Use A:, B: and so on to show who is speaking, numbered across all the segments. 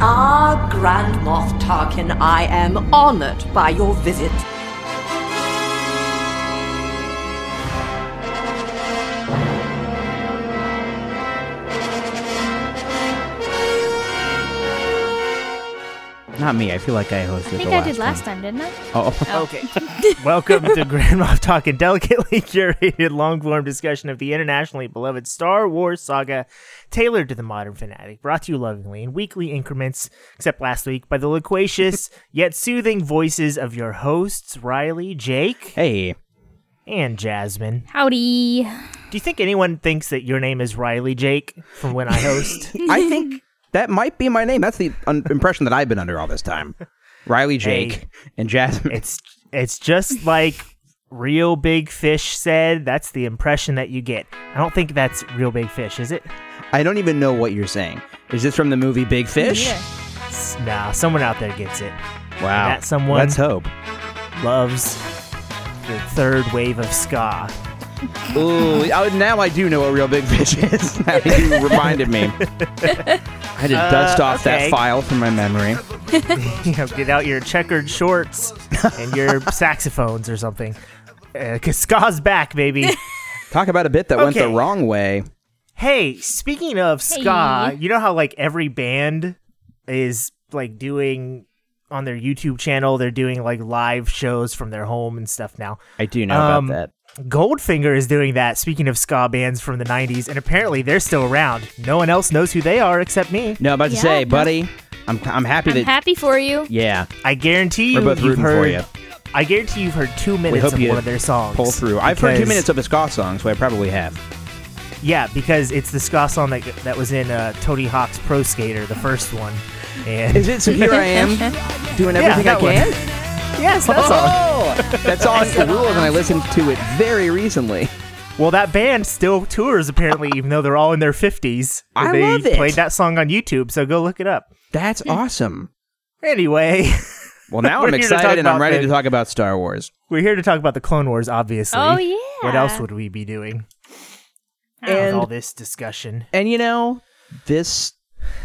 A: Ah, Grand Moff Tarkin, I am honored by your visit.
B: Not me. I feel like I hosted
C: I think
B: the
C: I
B: last
C: did last
B: one.
C: time, didn't I?
B: Oh,
D: Okay. Welcome to Grand Moff Talking Delicately Curated Long Form Discussion of the internationally beloved Star Wars saga, tailored to the modern fanatic, brought to you lovingly in weekly increments, except last week, by the loquacious yet soothing voices of your hosts, Riley, Jake,
B: hey.
D: and Jasmine.
C: Howdy.
D: Do you think anyone thinks that your name is Riley Jake from when I host?
B: I think that might be my name. That's the un- impression that I've been under all this time. Riley, Jake,
D: Hey.
B: and Jasmine.
D: it's it's just like Real Big Fish said, that's the impression that you get. I don't think that's Real Big Fish, is it?
B: I don't even know what you're saying. Is this from the movie Big Fish?
C: Yeah.
D: Nah, someone out there gets it.
B: Wow.
D: That someone-
B: Let's hope.
D: Loves the third wave of ska.
B: Ooh, oh, now I do know what real big fish is. Now you reminded me. I had to dust off
D: Uh, okay.
B: that file from my memory.
D: You know, get out your checkered shorts and your saxophones or something. Because ska's back, baby.
B: Talk about a bit that went the
D: Okay.
B: wrong way.
D: Hey, speaking of ska,
C: Hey.
D: you know how like every band is like doing on their YouTube channel, they're doing like live shows from their home and stuff now.
B: I do know
D: Um,
B: about
D: Goldfinger is doing that, speaking of ska bands from the 90s, and apparently they're still around. No one else knows who they are except me.
B: that. No, I'm about
C: yeah,
B: to say,
C: no.
B: buddy, I'm, I'm happy
C: I'm
B: that.
C: happy for you.
B: yeah,
D: I guarantee you
B: we're both
D: you've
B: rooting
D: heard
B: for you.
D: I guarantee you've heard 2
B: We
D: minutes
B: hope
D: of
B: you
D: one of their songs.
B: pull through. I've heard two
D: because-
B: minutes of a ska song, so I probably have.
D: Yeah, because it's the ska song that that was in uh, Tony Hawk's Pro Skater, the first one. And
B: Is it? So here I am, doing
D: Yeah,
B: everything I
D: that one.
B: can.
D: Yes, that's all.
B: Oh, that song rules, and I listened to it very recently.
D: Well, that band still tours apparently, even though they're all in their fifties.
B: I
D: they
B: love it.
D: Played that song on YouTube, so go look it up.
B: That's awesome.
D: Anyway,
B: Well, now
D: We're
B: I'm
D: here to talk
B: excited, and I'm
D: about
B: ready to
D: the-
B: talk about Star Wars.
D: we're here to talk about the Clone Wars, obviously.
C: Oh, yeah.
D: What else would we be doing with all
B: And
D: this discussion?
B: and you know, this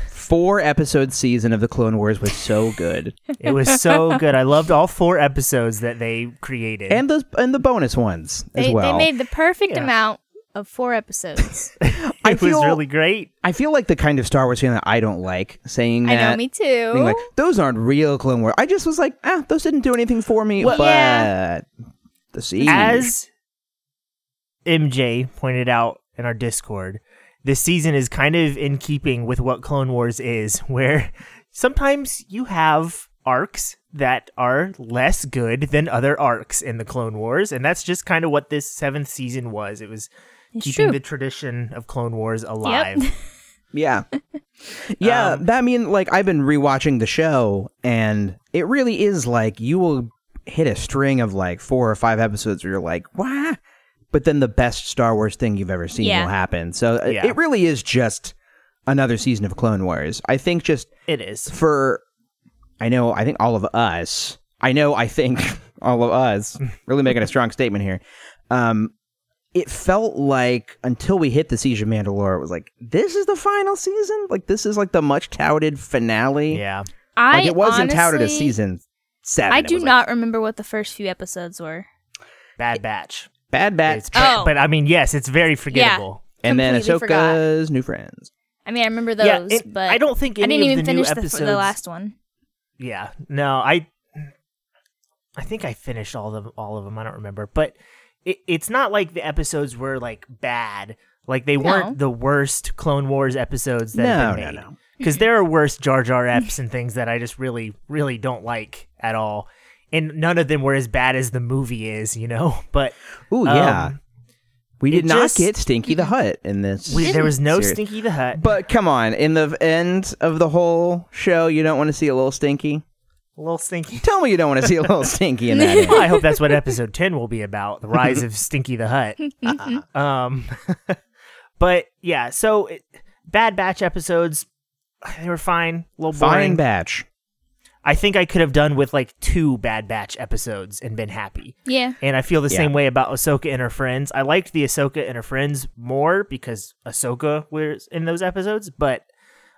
B: four episode season of the Clone Wars was so good,
D: It was so good. I loved all four episodes that they created.
B: and those and the bonus ones
C: They,
B: as
C: they
B: well.
C: made the perfect
D: Yeah.
C: amount of four episodes.
B: I
D: it was
B: feel-
D: really great.
B: I feel like the kind of Star Wars fan that I don't like saying
C: I
B: that.
C: know, me too.
B: being like,
D: Oh.
B: those aren't real Clone Wars. I just was like, ah, those didn't do anything for me.
D: Well-
B: but
C: Yeah.
B: the season,
D: As MJ pointed out in our Discord, this season is kind of in keeping with what Clone Wars is, where sometimes you have arcs that are less good than other arcs in the Clone Wars, and that's just kind of what this seventh season was. It was
C: It's
D: keeping
C: true.
D: the tradition of Clone Wars alive.
B: yeah, yeah.
D: Um,
B: that mean like I've been rewatching the show, and it really is like you will hit a string of like four or five episodes where you're like, wah, but then the best Star Wars thing you've ever seen
C: Yeah.
B: will happen. So uh,
D: Yeah.
B: it really is just another season of Clone Wars. I think just
D: It is.
B: for I know I think all of us I know I think all of us really making a strong statement here. Um it felt like until we hit the Siege of Mandalore, it was like, this is the final season? Like this is like the much touted finale.
D: Yeah.
C: I
B: Like it wasn't touted as
C: honestly-
B: season seven.
C: I
B: It
C: do
B: was like,
C: not remember what the first few episodes were.
D: Bad Batch.
B: Bad Batch
D: It's ba-
C: Oh.
D: But I mean, yes, it's very forgettable.
B: and then
C: completely
B: Ahsoka's
C: forgot.
B: new friends.
C: I mean, I remember
D: Yeah,
C: those,
D: it-
C: but
D: I don't think
C: I
D: any
C: didn't
D: of
C: even
D: the new
C: finish the, f-
D: episodes
C: the last one.
D: Yeah. No, I I think I finished all of them, all of them. I don't remember, but it, it's not like the episodes were like bad. Like they
C: No.
D: weren't the worst Clone Wars episodes that have
B: No,
D: been
B: no,
D: made.
B: no.
D: Because there are worse Jar Jar Epps and things that I just really, really don't like at all. And none of them were as bad as the movie is, you know. But
B: Ooh,
D: um,
B: yeah. we
D: it
B: did not
D: just-
B: get Stinky the Hut in this.
D: we, there was no
B: series.
D: Stinky the Hut.
B: But come on, in the end of the whole show, you don't want to see a little stinky.
D: little Stinky.
B: Tell me you don't want to see a little stinky in that. end.
D: Well, I hope that's what episode 10 will be about the rise of Stinky the Hut. um, but yeah, so it, Bad Batch episodes, they were fine, a little
B: Fine
D: boring.
B: batch.
D: I think I could have done with like two Bad Batch episodes and been happy.
C: Yeah.
D: And I feel the
B: Yeah.
D: same way about Ahsoka and her friends. I liked the Ahsoka and her friends more because Ahsoka was in those episodes, but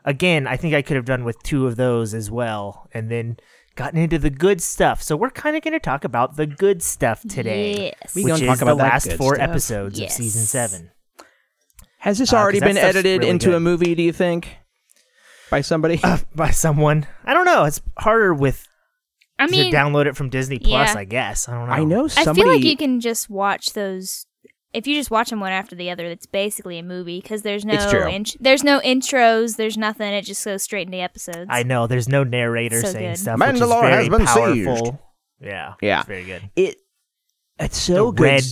D: again, I think I could have done with two of those as well, and then gotten into the good stuff. So we're kind of going to talk about the good stuff today,
C: Yes.
B: We
D: which
B: gonna
D: is
B: talk about
D: the
B: that
D: last
B: good
D: four
B: stuff.
D: episodes
C: Yes.
D: of season seven.
B: Has this
D: Uh, 'cause
B: already
D: that
B: been
D: stuff's
B: edited
D: really
B: into
D: good. Uh,
B: a movie? Do you think by somebody?
D: by someone. I don't know. It's harder with
C: I mean,
D: to download it from Disney Plus.
C: yeah.
D: I guess I don't know.
B: I know
C: I
B: somebody.
C: feel like you can just watch those. If you just watch them one after the other, it's basically a movie because there's no
B: It's true.
C: int- there's no intros, there's nothing. It just goes straight into episodes.
D: I know. There's no narrator
C: So
D: saying
C: good.
D: stuff. which is
B: Mandalore
D: very
B: has been
D: powerful.
B: seized.
D: Yeah.
B: Yeah.
D: It's very good.
B: it. It's so
D: the
B: good.
D: red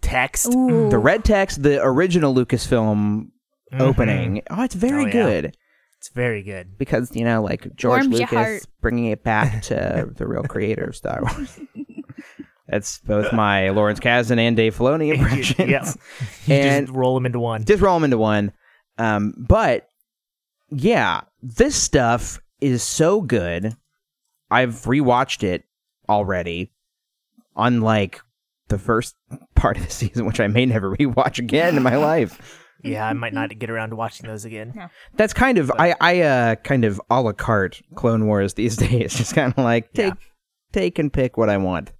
D: text.
C: Ooh.
B: Mm, The red text, the original Lucasfilm
D: Mhm.
B: opening. Oh, it's very
D: Oh, yeah.
B: good
D: It's very good.
B: because you know, like George
C: Warms your heart.
B: Lucas bringing it back to the real creator of Star Wars. That's both my Lawrence Kasdan and Dave Filoni impressions.
D: yeah. You
B: And-
D: just roll them into one.
B: just roll them into one. Um, but yeah, this stuff is so good. I've rewatched it already, unlike the first part of the season, which I may never rewatch again in my life.
D: Yeah, I might not get around to watching those again.
B: That's kind of I I uh, kind of a la carte Clone Wars these days. Just kind of like
D: Yeah.
B: take take and pick what I want.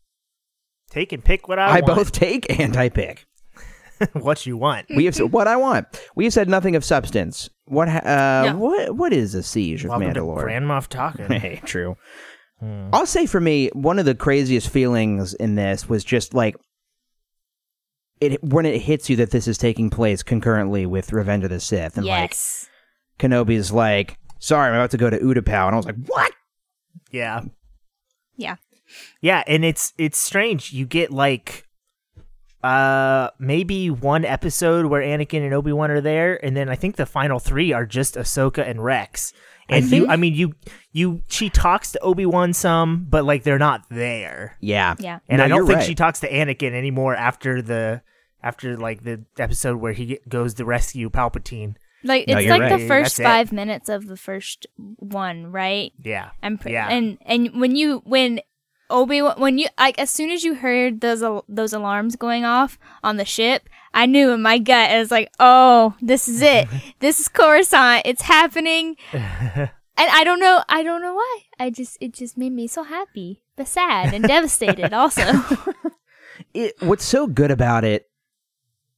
D: Take and pick what I,
B: I,
D: want.
B: both take and I pick.
D: what you want.
B: We have said what I want. We have said nothing of substance. What ha- uh,
C: Yeah.
B: what what is a siege of
D: Welcome to
B: Mandalore?
D: Grand Hmm. Moff Talking.
B: hey, true. I'll say for me, one of the craziest feelings in this was just like it when it hits you that this is taking place concurrently with Revenge of the Sith, and
C: yes.
B: like Kenobi's like, "Sorry, I'm about to go to Utapau," and I was like, "What?"
D: yeah.
C: yeah.
D: Yeah, and it's it's strange. You get like uh maybe one episode where Anakin and Obi-Wan are there, and then I think the final three are just Ahsoka and Rex. And you
B: think-
D: I mean you you she talks to Obi-Wan some, but like they're not there.
B: Yeah,
C: Yeah.
D: And
B: No,
D: I don't
B: you're
D: think
B: right.
D: she talks to Anakin anymore after the after like the episode where he goes to rescue Palpatine.
C: Like
B: No,
C: it's
B: you're
C: like
D: right.
C: the first
D: That's it.
C: five minutes of the first one, right?
D: Yeah.
C: I'm pretty.
D: yeah.
C: And and when you when Obi Wan when you like as soon as you heard those al- those alarms going off on the ship, I knew in my gut I was like, oh, this is it. this is Coruscant. It's happening. and I don't know. I don't know why. I just it just made me so happy, but sad and devastated also.
B: it, what's so good about it,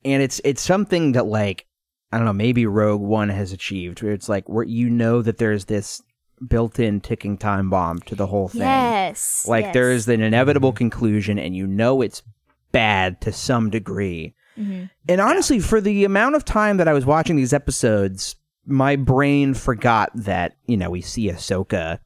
B: and it's it's something that like I don't know, maybe Rogue One has achieved, where it's like where you know that there's this built-in ticking time bomb to the whole thing.
C: yes.
B: Like
C: yes.
B: there is an inevitable conclusion, and you know it's bad to some degree. And honestly, for the amount of time that I was watching these episodes, my brain forgot that you know we see Ahsoka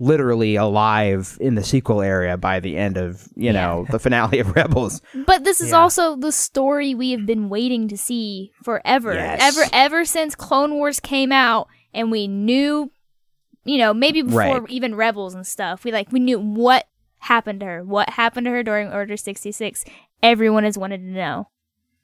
B: literally alive in the sequel area by the end of you know the finale of Rebels.
C: But this is
D: Yeah.
C: also the story we have been waiting to see forever.
B: Yes.
C: Ever ever since Clone Wars came out and we knew you know, maybe before
B: Right.
C: even Rebels and stuff. We like we knew what happened to her, what happened to her during Order 66. Everyone has wanted to know.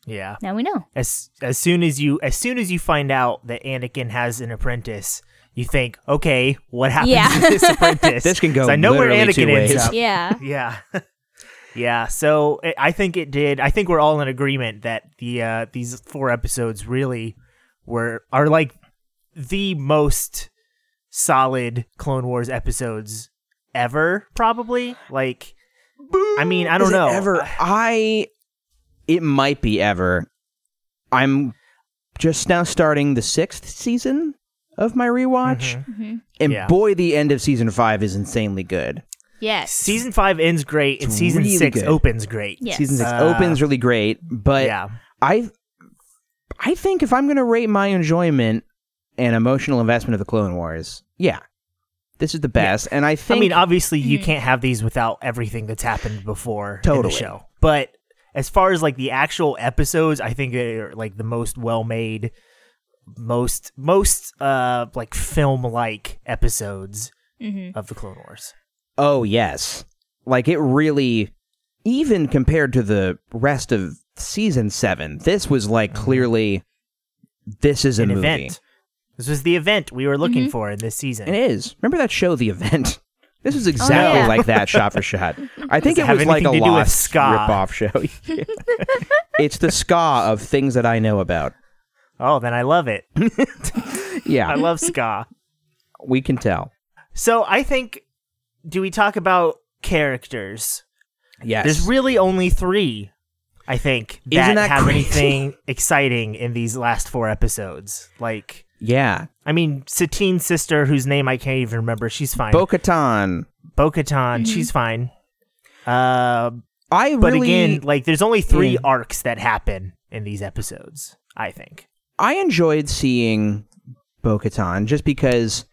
D: Yeah.
C: Now we know.
D: as as soon as you as soon as you find out that Anakin has an apprentice, you think, okay, what happens
C: Yeah.
D: to this apprentice?
B: This can go
D: 'Cause I know where
B: literally
D: Anakin
B: two
D: ends
B: ways.
D: up.
C: Yeah.
D: Yeah, yeah. So eh, i I think it did. I think we're all in agreement that the uh, these four episodes really were are like the most solid Clone Wars episodes ever. Probably like. I mean, I don't
B: Is it
D: know.
B: ever I it might be ever. I'm just now starting the sixth season of my rewatch, and
D: Mm-hmm. Yeah.
B: boy, the end of season five is insanely good.
C: Yes.
D: Season five ends great, and
B: It's
D: season
B: really
D: six
B: good.
D: opens great.
C: Yes.
B: Season six
D: Uh,
B: opens really great, but
D: yeah.
B: I I think if I'm going to rate my enjoyment and emotional investment of the Clone Wars, yeah, this is the best. And I think
D: I mean, obviously, you can't have these without everything that's happened before in
B: Totally.
D: the show. But as far as like the actual episodes, I think they're like the most well made, most most uh like film like episodes
B: Mm-hmm.
D: of the Clone Wars.
B: Oh yes. Like it really even compared to the rest of season 7, this was like clearly this is a
D: Mm-hmm. An
B: movie.
D: event. This was the event we were
B: Mm-hmm.
D: looking for in this season.
B: It is. Remember that show The Event? This is exactly
C: yeah.
B: like that shot for shot. I think
D: Oh, Does it
B: it
D: have
B: was like a
D: anything to do with
B: lost
D: ska?
B: rip-off show. Yeah. it's the ska of things that I know about.
D: oh, then I love it.
B: Yeah.
D: I love ska.
B: We can tell.
D: So I think, do we talk about characters?
B: Yes.
D: There's really only three, I think, that,
B: Isn't that
D: have
B: crazy?
D: anything exciting in these last four episodes. Like,
B: yeah.
D: I mean, Satine's sister, whose name I can't even remember, she's fine.
B: Bo Katan.
D: Bo Katan, she's fine. Uh,
B: I
D: but
B: really,
D: again, like, there's only three
B: Yeah.
D: arcs that happen in these episodes, I think.
B: I enjoyed seeing Bo Katan just because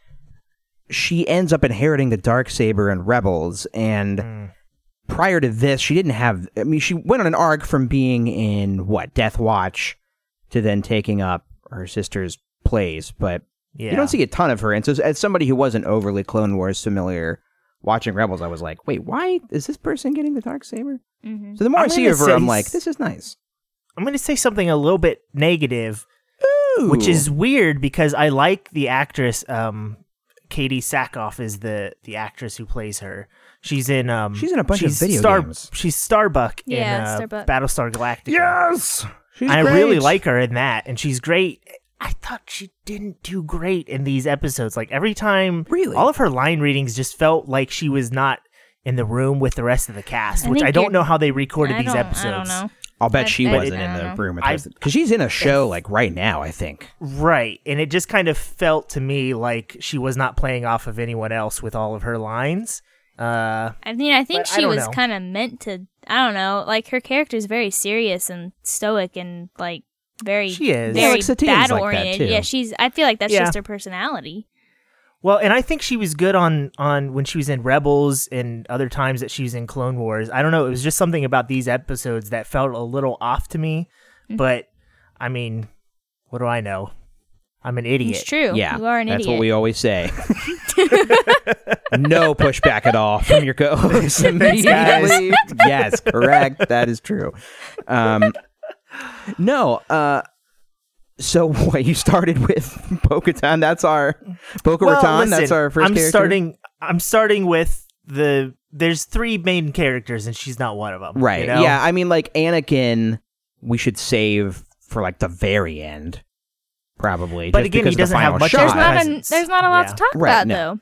B: she ends up inheriting the dark saber and rebels and
D: Hmm.
B: prior to this she didn't have i mean she went on an arc from being in what death watch to then taking up her sister's plays but
D: Yeah.
B: you don't see a ton of her and so as- as somebody who wasn't overly clone wars familiar watching rebels i was like wait why is this person getting the dark saber
C: Mhm.
B: so the more
D: I'm
B: i see
D: gonna
B: of her
D: say
B: i'm
D: s-
B: like this is nice
D: I'm going to say something a little bit negative
B: Ooh.
D: which is weird because I like the actress. Um, Katie Sackhoff is the the actress who plays her. She's in um.
B: She's in a bunch of
D: she's
B: video
D: Star-
B: games.
D: She's Starbuck
C: Yeah,
D: in uh,
C: Starbuck.
D: Battlestar Galactica.
B: yes She's
D: I really
B: great.
D: like her in that, and she's great. I thought she didn't do great in these episodes. Like every time,
B: Really?
D: all of her line readings just felt like she was not in the room with the rest of the cast,
C: I
D: which
C: think
D: I don't
C: you're-
D: know how they recorded
C: I
D: these
C: don't-
D: episodes.
C: I don't know.
B: I'll bet
C: I-
B: she
C: I-
B: wasn't
C: I
B: in the
C: don't know.
B: room
D: I-
B: because she's in a show like right now. I think.
D: Right. And it just kind of felt to me like she was not playing off of anyone else with all of her lines. Uh,
C: I mean, I think
D: But I
C: she
D: don't
C: was
D: know.
C: kind of meant to. I don't know. Like her character is very serious and stoic and like very.
D: She is.
B: Yeah,
C: very
B: like Satine's like that,
C: battle oriented.
B: too.
C: yeah, she's. I feel like that's
D: Yeah.
C: just her personality.
D: well, and I think she was good on, on when she was in Rebels and other times that she was in Clone Wars. I don't know. It was just something about these episodes that felt a little off to me. But I mean, what do I know? I'm an idiot.
C: It's true.
B: yeah,
C: you are an
B: that's
C: idiot.
B: what we always say. no pushback at all from your co-host immediately. yes, correct. That is true. Um, no. Uh, so what you started with Bo-Katan, That's our Bo
D: Well,
B: Katan. That's
D: listen,
B: our first.
D: I'm
B: character.
D: starting. I'm starting with the. There's three main characters, and she's not one of them.
B: Right.
D: you know?
B: Yeah. I mean, like Anakin, we should save for like the very end, probably.
D: But
B: just
D: again,
B: because
D: he
B: of the
D: doesn't have
B: final
D: much of
B: shot.
D: a
C: there's not a,
D: presence.
C: there's not a lot
D: Yeah.
C: to talk
B: Right,
C: about
B: no.
C: though.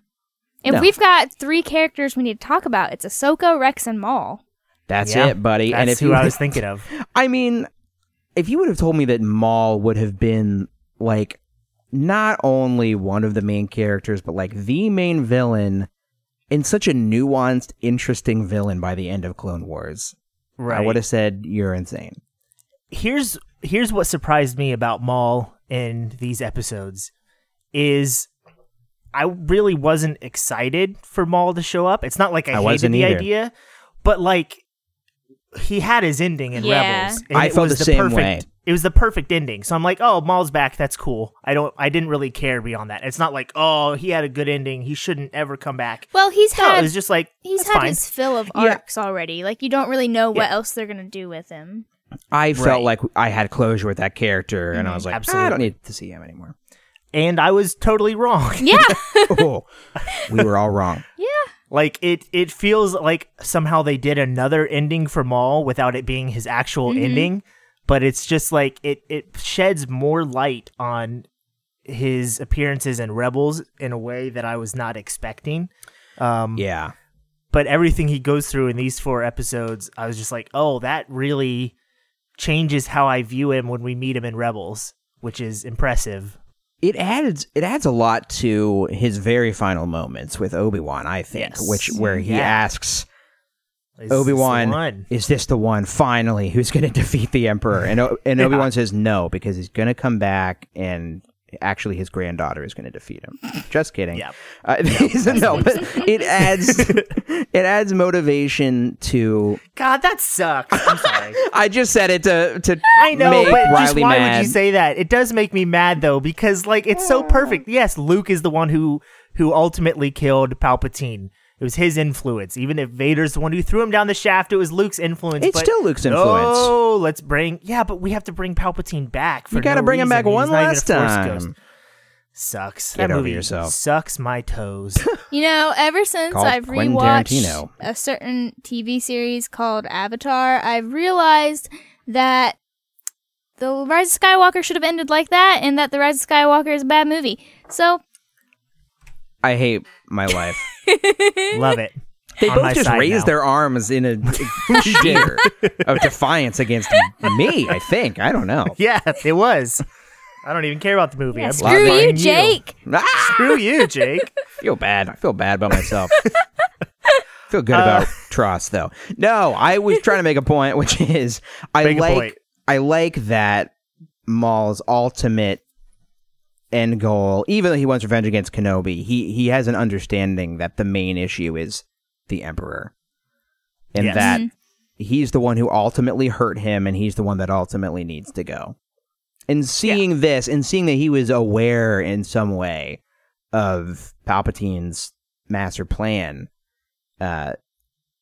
C: If
B: No.
C: we've got three characters we need to talk about, it's Ahsoka, Rex, and Maul.
B: That's
D: Yeah,
B: it, buddy.
D: That's
B: and if
D: who
B: you,
D: I was thinking of.
B: I mean, if you would have told me that Maul would have been like not only one of the main characters, but like the main villain, and such a nuanced, interesting villain by the end of Clone Wars,
D: Right.
B: I would have said you're insane.
D: here's here's what surprised me about Maul in these episodes is I really wasn't excited for Maul to show up. It's not like I,
B: I
D: hated
B: wasn't
D: the
B: either.
D: idea, but like he had his ending in
C: Yeah.
D: Rebels.
B: I felt the same
D: perfect,
B: way.
D: It was the perfect ending. So I'm like, oh, Maul's back. That's cool. I don't. I didn't really care beyond that. It's not like, oh, he had a good ending. He shouldn't ever come back.
C: Well, he's
D: No,
C: had
D: it was just like
C: he's
D: that's
C: had
D: fine.
C: his fill of
B: Yeah.
C: arcs already. Like you don't really know what
D: Yeah.
C: else they're gonna do with him.
B: I felt
D: Right. Mm-hmm.
B: like I had closure with that character, and I was like, I
D: Absolutely.
B: don't need to see him anymore.
D: and I was totally wrong.
C: Yeah,
B: oh, we were all wrong.
D: Like it it feels like somehow they did another ending for Maul without it being his actual ending, but it's just like it it sheds more light on his appearances in Rebels in a way that I was not expecting. Um
B: Yeah.
D: but everything he goes through in these four episodes, I was just like, "Oh, that really changes how I view him when we meet him in Rebels." Which is impressive.
B: It adds it adds a lot to his very final moments with Obi-Wan, I think,
D: Yes.
B: which where he
D: Yeah.
B: asks
D: Is this the
B: Obi-Wan,
D: one?
B: is this the one finally who's going to defeat the emperor? And O- and Obi-Wan says no because he's going to come back and actually his granddaughter is going to defeat him. Just kidding.
D: Yep.
B: Uh, no, but it adds it adds motivation to
D: God, that sucks. I'm sorry.
B: I just said it to to
D: I know,
B: make
D: but
B: Riley
D: just why
B: mad.
D: would you say that? It does make me mad though, because like it's so
C: Oh.
D: perfect. Yes, Luke is the one who who ultimately killed Palpatine. It was his influence. Even if Vader's the one who threw him down the shaft, it was Luke's influence.
B: It's
D: but
B: still Luke's influence.
D: Oh, let's bring yeah, but we have to bring Palpatine back. For
B: You gotta
D: no
B: bring him
D: reason.
B: back
D: He's
B: one
D: not even a
B: last
D: Force
B: time.
D: ghost. Sucks.
B: Get
D: that
B: over
D: movie
B: yourself.
D: sucks my toes.
C: you know. Ever since
B: Called
C: I've
B: Quentin
C: rewatched
B: Tarantino.
C: a certain TV series called Avatar, I've realized that the Rise of Skywalker should have ended like that, and that the Rise of Skywalker is a bad movie. So
B: I hate my life.
D: Love it.
B: They
D: On
B: both
D: my
B: just
D: side
B: raised
D: now.
B: their arms in a cheer of defiance against me. I think I don't know.
D: Yeah, it was. I don't even care about the movie. I
C: Screw
D: blame
C: you, Jake.
B: Ah!
D: Screw you, Jake.
B: feel bad. I feel bad about myself. feel
D: Uh,
B: good about Tross though. No, I was trying to make a point, which is I
D: Make a point.
B: like I like that Maul's ultimate end goal, even though he wants revenge against Kenobi, he he has an understanding that the main issue is the Emperor. And
D: Yes.
B: that he's the one who ultimately hurt him and he's the one that ultimately needs to go. And seeing this and seeing that he was aware in some way of Palpatine's master plan, uh,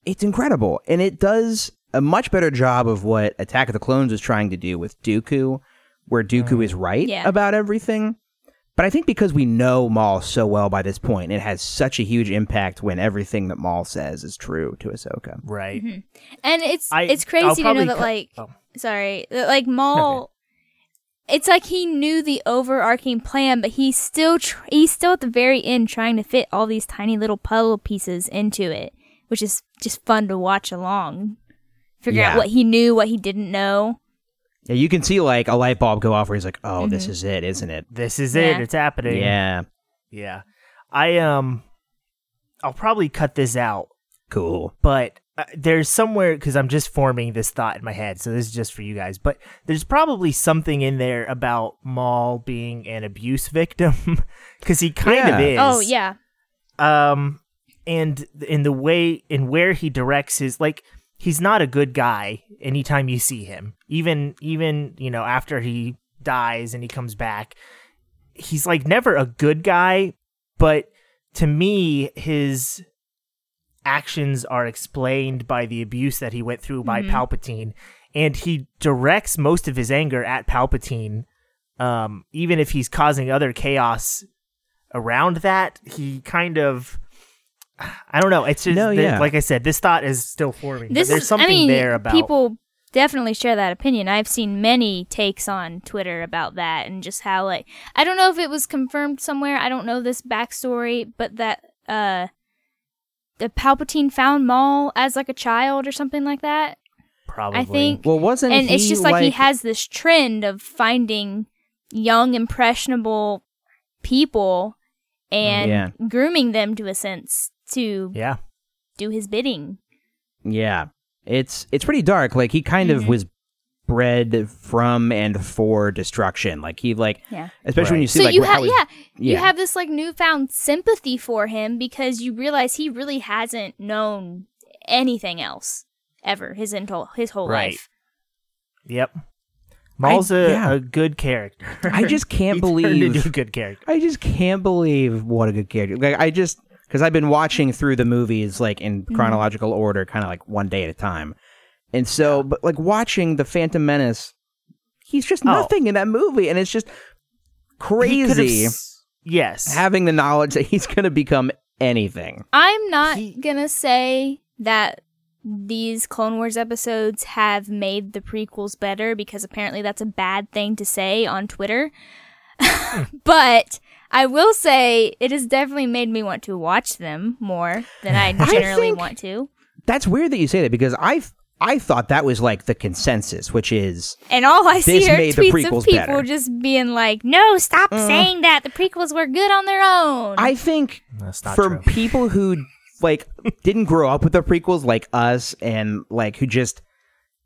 B: it's incredible. And it does a much better job of what Attack of the Clones was trying to do with Dooku, where Dooku is right
C: Yeah.
B: about everything. But I think because we know Maul so well by this point, it has such a huge impact when everything that Maul says is true to Ahsoka.
D: Right.
C: And it's
D: I-
C: it's
D: I'll
C: crazy to know
D: probably
C: that
D: cut-
C: like
D: oh.
C: sorry that, like Maul. It's like he knew the overarching plan, but he's still tr- he's still at the very end trying to fit all these tiny little puzzle pieces into it, which is just fun to watch along, figure
B: Yeah.
C: out what he knew, what he didn't know.
B: Yeah, you can see like a light bulb go off where he's like, "Oh, this
C: Mm-hmm.
B: is it, isn't it?"
D: This is
C: Yeah.
D: it. It's happening.
B: Yeah,
D: Yeah. I um I'll probably cut this out,
B: cool.
D: but uh, there's somewhere cuz I'm just forming this thought in my head. So this is just for you guys, but there's probably something in there about Maul being an abuse victim cuz he kind of is.
B: Yeah.
C: Oh yeah,
D: um and th- in the way in where he directs his like he's not a good guy anytime you see him even even you know after he dies and he comes back he's like never a good guy but to me his actions are explained by the abuse that he went through
C: Mm-hmm.
D: by palpatine and he directs most of his anger at palpatine um even if he's causing other chaos around that he kind of i don't know it's just
B: No,
D: that-
B: yeah.
D: like i said this thought is still forming but
C: this
D: there's
C: is,
D: something
C: I mean,
D: there about
C: people definitely share that opinion. I've seen many takes on Twitter about that and just how like I don't know if it was confirmed somewhere. I don't know this backstory, but that uh the Palpatine found Maul as like a child or something like that.
D: probably
C: I think
B: Well, wasn't
C: and
B: he
C: it's just like,
B: like,
C: he has this trend of finding young impressionable people and
B: Yeah.
C: grooming them to a sense to
D: yeah
C: do his bidding.
B: Yeah, it's it's pretty dark. Like he kind
C: Mm-hmm.
B: of was bred from and for destruction. Like he like,
C: Yeah.
B: especially when
D: Right.
B: you see
C: so
B: like
C: you
B: wh-
C: have
B: how he-
C: yeah, you
B: yeah.
C: have this like newfound sympathy for him because you realize he really hasn't known anything else ever his entire his whole
D: Right.
C: life.
D: yep Maul's a
B: yeah.
D: a good character.
B: I just can't
D: He turned
B: believe-
D: into a good character.
B: I just can't believe what a good character. Like I just because I've been watching through the movies like in
C: Mm-hmm.
B: chronological order, kind of like one day at a time, and so but like watching the Phantom Menace, he's just
C: Oh.
B: nothing in that movie, and it's just
D: He could've
B: crazy
D: s- yes.
B: having the knowledge that he's going to become anything.
C: I'm not
D: He-
C: gonna say that these Clone Wars episodes have made the prequels better because apparently that's a bad thing to say on Twitter. but I will say it has definitely made me want to watch them more than I generally
B: think-
C: want to.
B: That's weird that you say that because I I thought that was like the consensus, which is
C: And all I see
B: This
C: are
B: made the
C: tweets of
B: prequels
C: people
B: better. Mm.
C: just being like, "No, stop saying that. The prequels were good on their own."
B: I think
D: That's not
B: for
D: true.
B: people who like didn't grow up with the prequels like us and like who just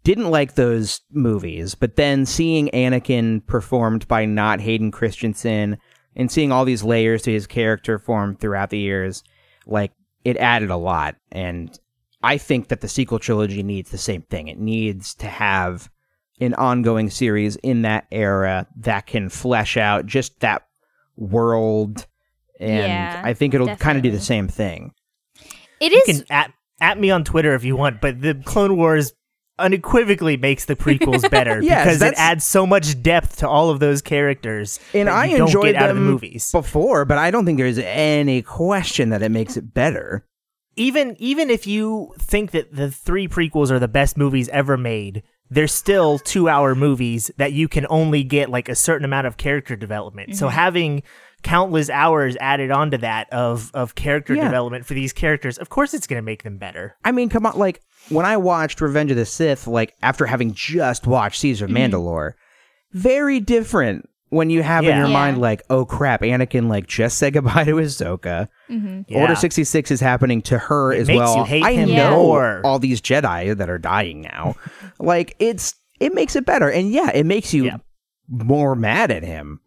B: didn't like those movies, but then seeing Anakin performed by not Hayden Christensen and seeing all these layers to his character form throughout the years, like it added a lot. And I think that the sequel trilogy needs the same thing. It needs to have an ongoing series in that era that can flesh out just that world. And
C: Yeah,
B: I think it'll kind of do
C: definitely.
B: the same thing.
C: it
D: You
C: is
D: can at, at me on Twitter if you want, but the Clone Wars unequivocally makes the prequels better
B: Yes,
D: because it
B: that's-
D: adds so much depth to all of those characters
B: And
D: that
B: I
D: you don't
B: enjoyed
D: get out of the
B: them
D: movies.
B: before, but I don't think there's any question that it makes it better.
D: even even if you think that the three prequels are the best movies ever made, they're still Mm-hmm. two hour movies that you can only get like a certain amount of character development. So having countless hours added onto that of of character
B: Yeah.
D: development for these characters. Of course, it's going to make them better.
B: I mean, come on, like when I watched Revenge of the Sith, like after having just watched Caesar
D: Mm-hmm.
B: Mandalore, very different when you have in
D: Yeah.
B: your
C: Yeah.
B: mind like, oh crap, Anakin like just said goodbye to Ahsoka.
D: Mm-hmm.
B: Order sixty six is happening to her as
D: makes
B: well.
D: you hate
B: I
D: him
B: know
D: more.
B: all these Jedi that are dying now. like it's it makes it better, and yeah, it makes you
D: Yeah.
B: more mad at him.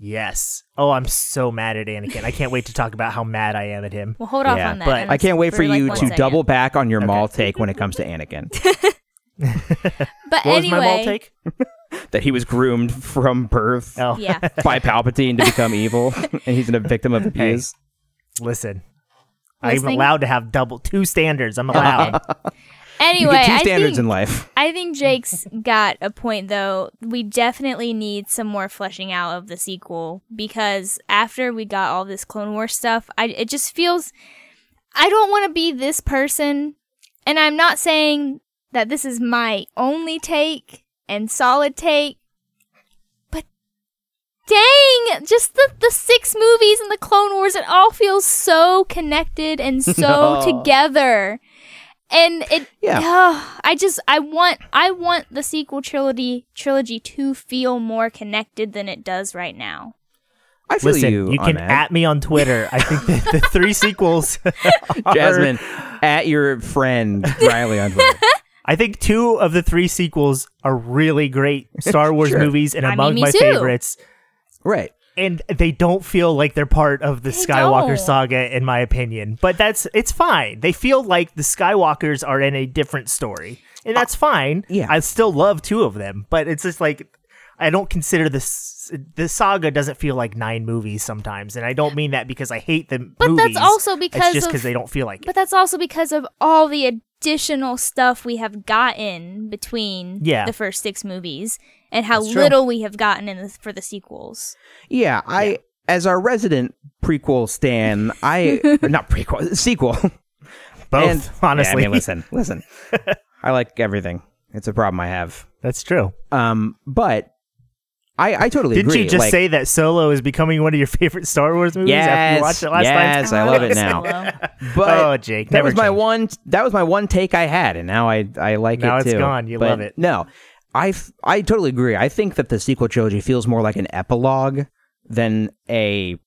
D: Yes. Oh, I'm so mad at Anakin. I can't wait to talk about how mad I am at him.
C: We'll hold off
B: Yeah,
C: on that.
D: but
C: and
B: I can't wait for
C: like,
B: you
C: one
B: to
C: second.
B: double back on your mall take when it comes to Anakin.
C: But
D: What
C: anyway,
D: was my mall take?
B: that he was groomed from birth.
D: Oh,
C: yeah.
B: by Palpatine to become evil, and he's a victim of abuse.
D: listen. I'm
C: Listening?
D: allowed to have double two standards. I'm allowed.
C: Anyway,
B: you get two
C: I
B: standards
C: think
B: in life.
C: I think Jake's got a point though. We definitely need some more fleshing out of the sequel because after we got all this Clone Wars stuff, I it just feels I don't want to be this person, and I'm not saying that this is my only take and solid take. But Dang! Just the, the six movies and the Clone Wars, it all feels so connected and so
B: No.
C: together. And it
B: Yeah.
C: I just I want I want the sequel trilogy trilogy to feel more connected than it does right now.
B: I feel
D: listen,
B: you.
D: you
B: on
D: can
B: that.
D: at me on Twitter. I think that the three sequels are-
B: Jasmine at your friend Riley on Twitter.
D: I think two of the three sequels are really great Star Wars
B: Sure.
D: movies and
C: I mean,
D: among
C: me
D: my
C: too.
D: favorites.
B: right.
D: And they don't feel like they're part of the
C: They
D: Skywalker
C: don't.
D: saga, in my opinion. But that's it's fine. They feel like the Skywalkers are in a different story, and that's fine.
B: Uh, yeah.
D: I still love two of them, but it's just like I don't consider this. The saga doesn't feel like nine movies sometimes, and I don't mean that because I hate them.
C: But that's
D: movies.
C: also
D: it's
C: because
D: just
C: of-
D: because they don't feel like it.
C: But that's also because of all the additional stuff we have gotten between
D: Yeah.
C: the first six movies and how
D: That's true.
C: little we have gotten in the, for the sequels.
B: Yeah. I as our resident prequel stan, I or not prequel sequel.
D: Both,
B: and-
D: honestly,
B: Yeah, I mean, listen, listen. I like everything. It's a problem I have.
D: that's true.
B: Um, but I I totally
D: Didn't
B: agree.
D: you just
B: like,
D: say that Solo is becoming one of your favorite Star Wars movies after
B: Yes,
D: you watched it last
B: yes,
D: time?
B: I love it now. But
D: oh, Jake,
B: that
D: never
B: was my
D: change.
B: one. That was my one take I had, and now I I like
D: Now
B: it
D: it's
B: too.
D: gone. You
B: But
D: love it.
B: No, I f- I totally agree. I think that the sequel trilogy feels more like an epilogue than a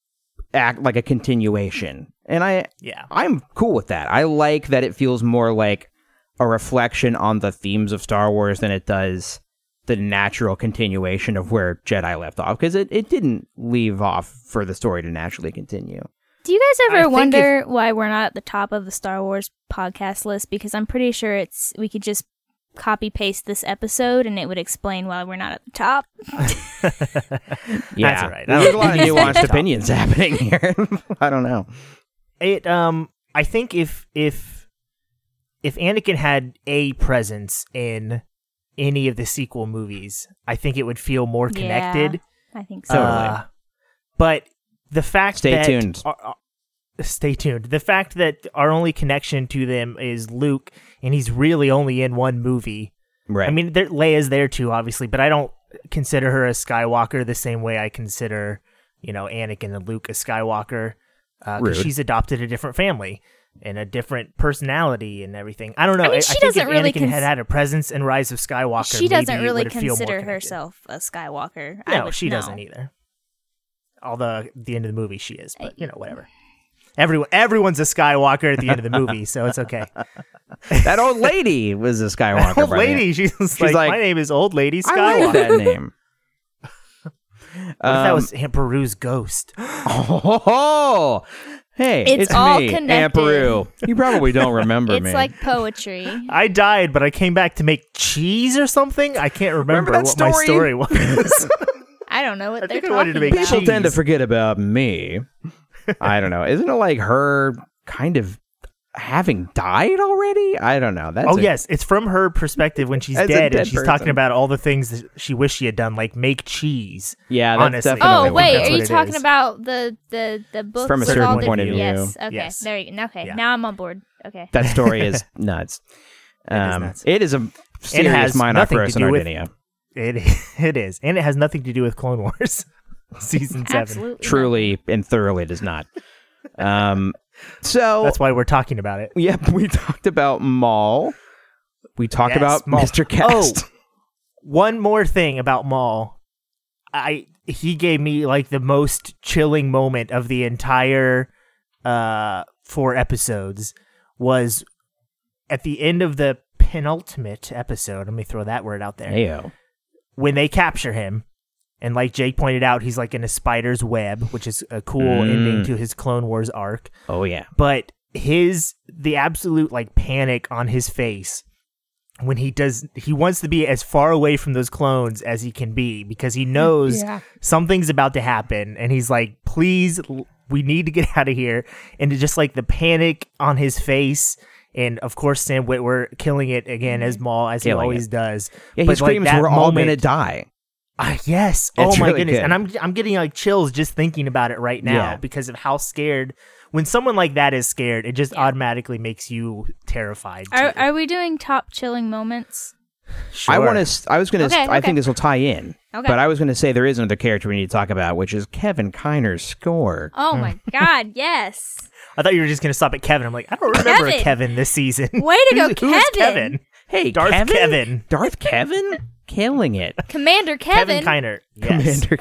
B: act like a continuation, and I
D: Yeah,
B: I'm cool with that. I like that it feels more like a reflection on the themes of Star Wars than it does the natural continuation of where Jedi left off because it, it didn't leave off for the story to naturally continue.
C: Do you guys
D: I
C: ever
D: think
C: wonder why we're not at the top of the Star Wars podcast list? Because I'm pretty sure it's we could just copy paste this episode and it would explain why we're not at the top.
B: Yeah.
D: That's all right. I
B: There's a
D: don't-
B: lot of nuanced opinions happening here. I don't know.
D: it. Um, I think if if if Anakin had a presence in any of the sequel movies, I think it would feel more
C: Yeah.
D: connected.
C: I think so.
B: Totally.
D: Uh, but the fact
B: Stay
D: that
B: tuned.
D: our- our- stay tuned. The fact that our only connection to them is Luke, and he's really only in one movie.
B: Right.
D: I mean, there, Leia's there too, obviously, but I don't consider her a Skywalker the same way I consider, you know, Anakin and Luke a Skywalker. Because
B: Rude.
D: she's adopted a different family and a different personality and everything. I don't know.
C: I mean, she
D: think
C: doesn't
D: if
C: really
D: Anakin
C: cons-
D: had had a presence in Rise of Skywalker,
C: she doesn't
D: maybe it
C: really
D: would feel more
C: consider
D: connected.
C: herself a Skywalker. I
D: No,
C: would-
D: she doesn't e- either. Although at the end of the movie she is, but you know, whatever. Everyone, everyone's a Skywalker at the end of the movie, so it's okay.
B: that old lady was a Skywalker.
D: old
B: by the way.
D: lady, she's, like,
B: like,
D: my name is Old Lady Skywalker.
B: I like that name.
D: What if that
B: Um,
D: was Aunt Beru's ghost?
B: Oh, hey,
C: It's
B: it's,
C: all
B: me, Aunt
C: connected.
B: Peru. You probably don't remember me.
C: It's like poetry.
D: I died, but I came back to make cheese or something. I can't
B: Remember
D: remember,
B: that
D: what my story
B: story?
D: was.
C: I don't know what they're
D: think I
C: talking
D: wanted to make
C: about.
B: people tend to
D: Jeez.
B: forget about me. I don't know. Isn't it like her kind of having died already? I don't know. That's
D: oh
B: a-
D: yes, it's from her perspective when she's
B: As a
D: dead, and
B: dead
D: she's talking
B: person.
D: about all the things that she wished she had done, like make cheese.
B: yeah. That's
D: Honestly.
B: definitely
C: Oh
B: one.
C: wait,
D: That's
C: are
D: what
C: you
D: it
C: talking
D: is.
C: about the the the books
B: From a
C: with
B: certain
C: all
B: point
C: different-
B: of view.
C: Yes. Okay.
D: Yes.
C: There you go. Okay.
D: Yeah.
C: Now I'm on board. Okay.
B: That story is nuts. Um,
D: nuts.
B: It is a serious
D: has
B: mind
D: nothing to
B: opera in
D: do with-
B: Sardinia.
D: It it is, and it has nothing to do with Clone Wars. season seven.
C: Absolutely. not.
B: Truly and thoroughly does not. Um, so
D: That's why we're talking about it.
B: Yep, we talked about Maul. We talked
D: Yes,
B: about
D: Maul. Oh,
B: Mr. Cast.
D: One more thing about Maul. I he gave me like the most chilling moment of the entire uh four episodes was at the end of the penultimate episode. Let me throw that word out there.
B: Heyo.
D: when they capture him, and like Jake pointed out, he's like in a spider's web, which is a cool
B: Mm.
D: ending to his Clone Wars arc.
B: Oh yeah.
D: But his the absolute like panic on his face when he does he wants to be as far away from those clones as he can be because he knows something's about to happen and he's like please l- we need to get out of here and just like the panic on his face and of course Sam Witwer killing it again as Maul as
B: Killing
D: he always does
B: Yeah, he
D: But, like,
B: screams,
D: that
B: "We're all
D: moment-
B: gonna die."
D: uh, yes.
B: It's
D: oh my
B: really
D: goodness.
B: good.
D: And I'm I'm getting like chills just thinking about it right now
B: Yeah.
D: because of how scared when someone like that is scared, it just automatically makes you terrified.
C: Are,
D: too.
C: are we doing top chilling moments?
B: I
D: Sure.
B: want to. I was gonna.
C: Okay,
B: I
C: okay.
B: think this will tie in.
C: Okay.
B: But I was gonna say there is another character we need to talk about, which is Kevin Kiner's score.
C: Oh
D: Hmm.
C: my god, yes.
D: I thought you were just gonna stop at Kevin. I'm like, I don't remember a
C: Kevin!
D: Kevin this season.
C: Way to go,
D: Who's- who's
C: Kevin!
D: Kevin?
B: Hey,
D: Darth
B: Kevin.
D: Kevin.
B: Darth Kevin, killing it.
C: Commander
D: Kevin
C: Kevin.
D: Kiner. Yes.
B: Commander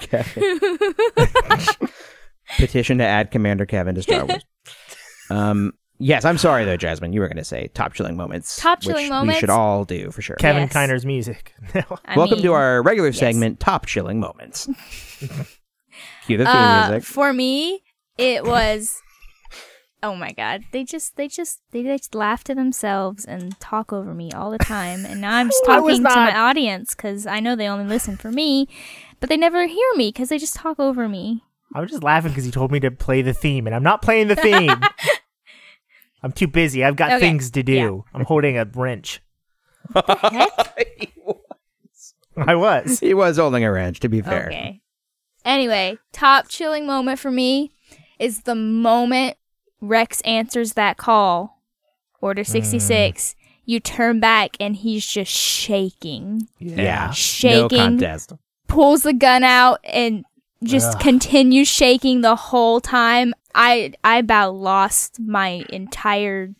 B: Kevin. Petition to add Commander Kevin to Star Wars. Um. Yes, I'm sorry though, Jasmine. You were gonna say top chilling moments.
C: Top
B: which
C: chilling
B: We
C: moments?
B: should all do for sure.
D: Kevin
C: Yes.
D: Kiner's music.
C: I
B: Welcome to
C: mean,
B: our regular
C: yes.
B: segment, Top Chilling Moments. Cue the theme
C: uh,
B: music.
C: For me, it was. Oh my god! They just, they just, they just laugh to themselves and talk over me all the time, and now I'm just
D: I was
C: talking to my
D: not-
C: audience because I know they only listen for me, but they never hear me because they just talk over me.
D: I was just laughing because he told me to play the theme, and I'm not playing the theme. I'm too busy. I've got
C: Okay.
D: things to do. I'm holding a wrench. I was.
B: He was holding a wrench, to be fair.
C: Okay. Anyway, top chilling moment for me is the moment Rex answers that call, Order
D: Hmm.
C: 66. You turn back and he's just shaking,
B: Yeah. No
C: shaking,
B: contest.
C: pulls the gun out and just continues shaking the whole time. I I about lost my entire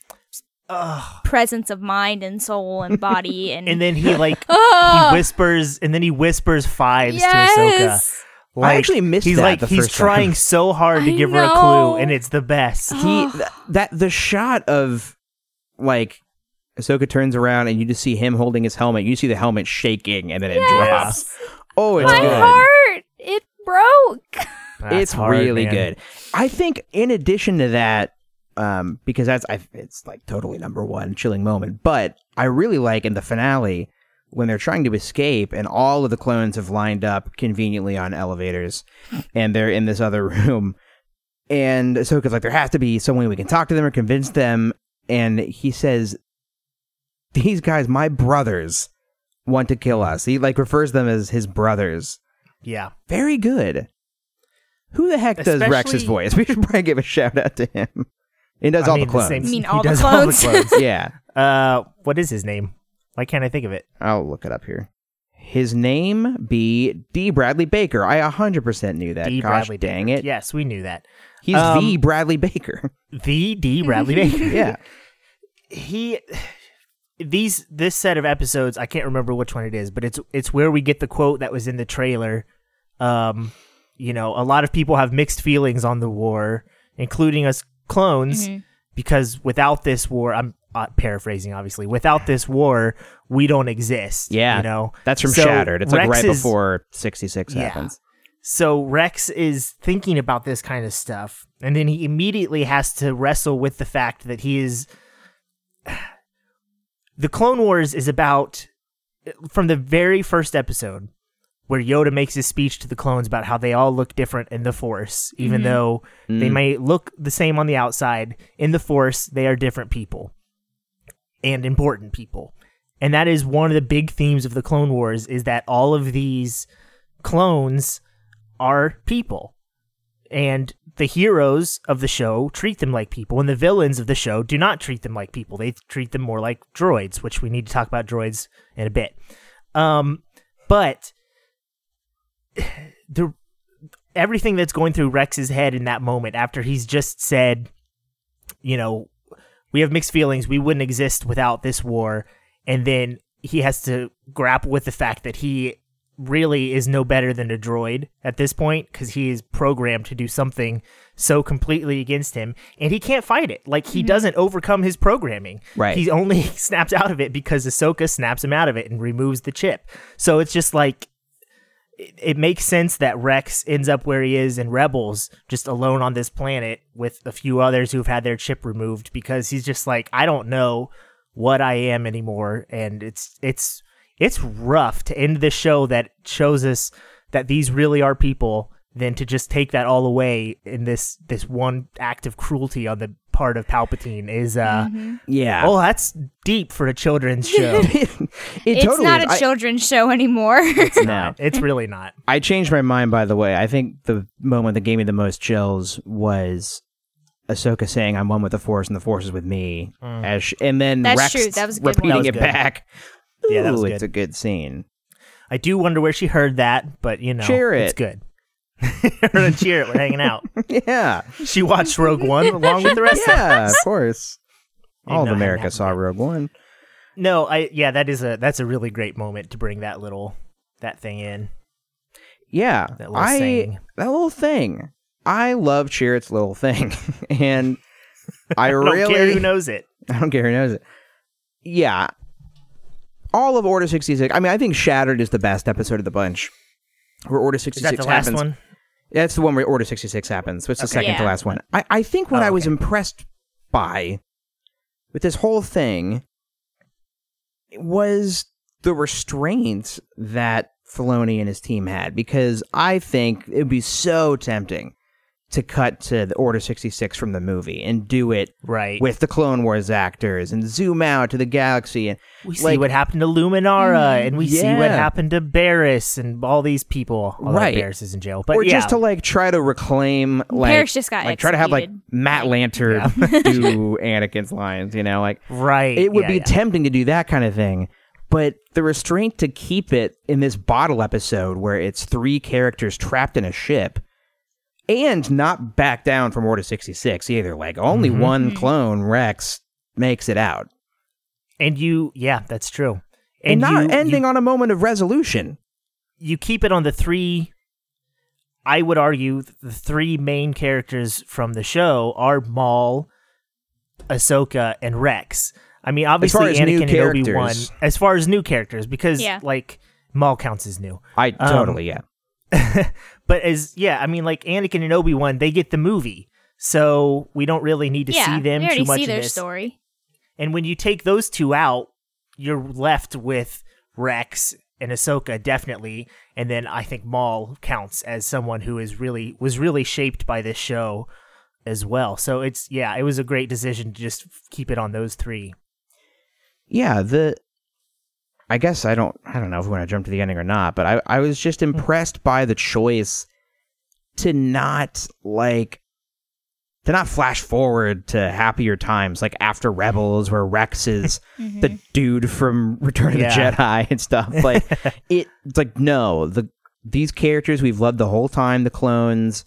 D: Ugh.
C: presence of mind and soul and body and,
D: And then he like
C: oh,
D: he whispers, and then he whispers fives to Ahsoka.
C: yes.
D: Like,
B: actually missed
D: He's
B: that
D: like
B: the
D: he's
B: first time.
D: trying so hard to
C: I
D: give her a
C: know.
D: clue, and it's the best.
B: He
C: Oh.
B: th- that the shot of like Ahsoka turns around and you just see him holding his helmet. You see the helmet shaking and then it drops. Oh, it's
C: My
B: good.
C: heart it broke.
D: That's
B: it's
D: hard,
B: really
D: man.
B: good. I think in addition to that, um, because that's I, it's like totally number one chilling moment. But I really like in the finale when they're trying to escape and all of the clones have lined up conveniently on elevators, and they're in this other room, and Ahsoka's like, there has to be some way we can talk to them or convince them, and he says, "These guys, my brothers, want to kill us." He like refers them as his brothers
D: Yeah,
B: very good. Who the heck does Rex's
D: Especially-
B: voice? We should probably give a shout out to him. He does
D: I
B: all
D: mean,
B: the clones.
D: same-
C: You mean
D: he
C: all the
D: does
C: clones?
B: yeah,
D: uh, what is his name? Why can't I think of it?
B: I'll look it up here. His name be D. Bradley Baker. I 100% knew that.
D: D.
B: Gosh
D: Bradley
B: dang
D: Baker.
B: it.
D: Yes, we knew that.
B: He's
D: Um,
B: the Bradley Baker.
D: The D. Bradley Baker.
B: Yeah.
D: he these this set of episodes i can't remember which one it is but it's it's where we get the quote that was in the trailer um you know a lot of people have mixed feelings on the war including us clones because without this war i'm uh, paraphrasing obviously without this war we don't exist
B: yeah.
D: you know
B: That's from
D: So
B: Shattered. It's like
D: Rex
B: right
D: is-
B: before 66
D: Yeah.
B: happens.
D: so Rex is thinking about this kind of stuff, and then he immediately has to wrestle with the fact that he is. The Clone Wars is about, from the very first episode, where Yoda makes his speech to the clones about how they all look different in the Force, even though they may look the same on the outside, in the Force, they are different people and important people. And that is one of the big themes of the Clone Wars is that all of these clones are people. And the heroes of the show treat them like people, and the villains of the show do not treat them like people. They treat them more like droids, which we need to talk about droids in a bit. Um, but the everything that's going through Rex's head in that moment after he's just said, you know, we have mixed feelings. We wouldn't exist without this war. And then he has to grapple with the fact that he really is no better than a droid at this point because he is programmed to do something so completely against him and he can't fight it. Like, he doesn't overcome his programming.
B: Right.
D: He only snaps out of it because Ahsoka snaps him out of it and removes the chip. So it's just like it, it makes sense that Rex ends up where he is in Rebels, just alone on this planet with a few others who've had their chip removed because he's just like, I don't know what I am anymore. And it's it's it's rough to end this show that shows us that these really are people than to just take that all away in this this one act of cruelty on the part of Palpatine is uh
B: Yeah.
D: oh that's deep for a children's show.
B: It
C: it's
B: totally
C: not
B: is.
C: a children's show anymore.
D: it's not. It's really not.
B: I, I changed my mind, by the way. I think the moment that gave me the most chills was Ahsoka saying, "I'm one with the Force, and the Force is with me." As she, and then
C: That's
B: Rex
C: true. That was a good one.
B: repeating
D: Mm. That was
B: it
D: good.
B: back.
D: Yeah, that was
B: Ooh,
D: good.
B: it's a good scene.
D: I do wonder where she heard that, but you know,
B: Cheer
D: it's
B: it.
D: good. We're gonna cheer it. We're hanging out.
B: Yeah,
D: She watched Rogue One along with the rest. of
B: yeah, of course.
D: Didn't
B: All of
D: know how
B: America
D: that
B: saw Rogue One.
D: No, I yeah, that is a that's a really great moment to bring that little that thing in.
B: Yeah,
D: That little
B: I
D: saying.
B: that little thing. I love Chirrut's little thing, and I,
D: I
B: really
D: don't care who knows it.
B: I don't care who knows it. Yeah. All of Order 66. I mean, I think Shattered is the best episode of the bunch. Where Order
D: Is
B: 66
D: that the last
B: happens.
D: one?
B: That's the one where Order 66 happens. It's the second to
C: Yeah.
B: last one. I, I think what
D: Oh,
B: I was
D: okay.
B: impressed by with this whole thing was the restraint that Filoni and his team had because I think it would be so tempting to cut to the Order 66 from the movie and do it
D: Right.
B: with the Clone Wars actors and zoom out to the galaxy and
D: we see
B: like- Mm,
D: what happened to Luminara and we see what
B: Yeah.
D: happened to Barris and all these people. Although
B: Right.
D: Barris is in jail. But
B: or
D: yeah.
B: just to like try to reclaim like
C: Barriss just got
B: like try to have like
C: executed.
B: Matt Lanter do Anakin's lines, you know, like
D: right.
B: it would
D: yeah,
B: be
D: yeah.
B: tempting to do that kind of thing. But the restraint to keep it in this bottle episode where it's three characters trapped in a ship and not back down from Order 66 either. Like only
D: Mm-hmm.
C: Mm-hmm.
B: one clone, Rex, makes it out.
D: and you yeah, that's true.
B: And, not
D: you- you-
B: ending on a moment of resolution.
D: you keep it on the three I would argue th- the three main characters from the show are Maul, Ahsoka, and Rex. I mean, obviously
B: as new
D: Anakin and Obi Wan.
B: characters.
D: As far as new characters, because
C: Yeah.
D: like Maul counts as new,
B: I
D: Um,
B: totally, yeah.
D: but as yeah, I mean, like Anakin and Obi Wan, they get the movie, so we don't really need to
C: yeah,
D: see them
C: we already
D: too much.
C: see
D: in
C: their
D: this.
C: story.
D: And when you take those two out, you're left with Rex and Ahsoka definitely, and then I think Maul counts as someone who is really was really shaped by this show as well. So it's yeah, it was a great decision to just f- keep it on those three.
B: yeah the i guess i don't i don't know if we want to jump to the ending or not but i i was just impressed by the choice to not like to not flash forward to happier times like after rebels where rex is the dude from return of
D: Yeah.
B: the jedi and stuff like it it's like no the these characters we've loved the whole time the clones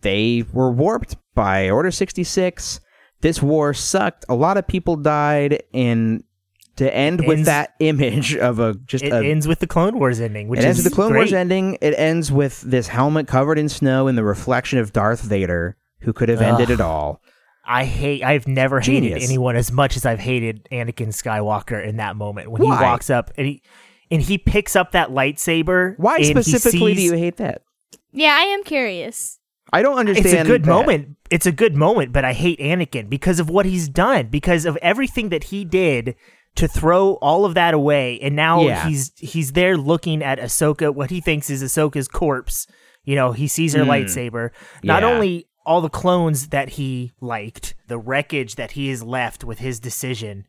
B: they were warped by order 66 this war sucked a lot of people died and to end with
D: ends-
B: that image of a just
D: It
B: a
D: ends with the Clone Wars ending, which
B: it ends
D: is
B: with the Clone Wars
D: great.
B: ending. It ends with this helmet covered in snow and the reflection of Darth Vader, who could have ended it all.
D: I hate. I've never hated
B: Genius.
D: anyone as much as I've hated Anakin Skywalker in that moment when
B: Why?
D: he walks up and he and he picks up that lightsaber.
B: Why
D: and he
B: specifically do
D: sees-
B: you hate that?
C: Yeah, I am curious.
B: I don't understand.
D: It's a good
B: that.
D: moment. It's a good moment, but I hate Anakin because of what he's done, because of everything that he did to throw all of that away, and now
B: Yeah.
D: he's he's there looking at Ahsoka, what he thinks is Ahsoka's corpse. You know, he sees her lightsaber. Not
B: Hmm. Yeah.
D: only all the clones that he liked, the wreckage that he is left with his decision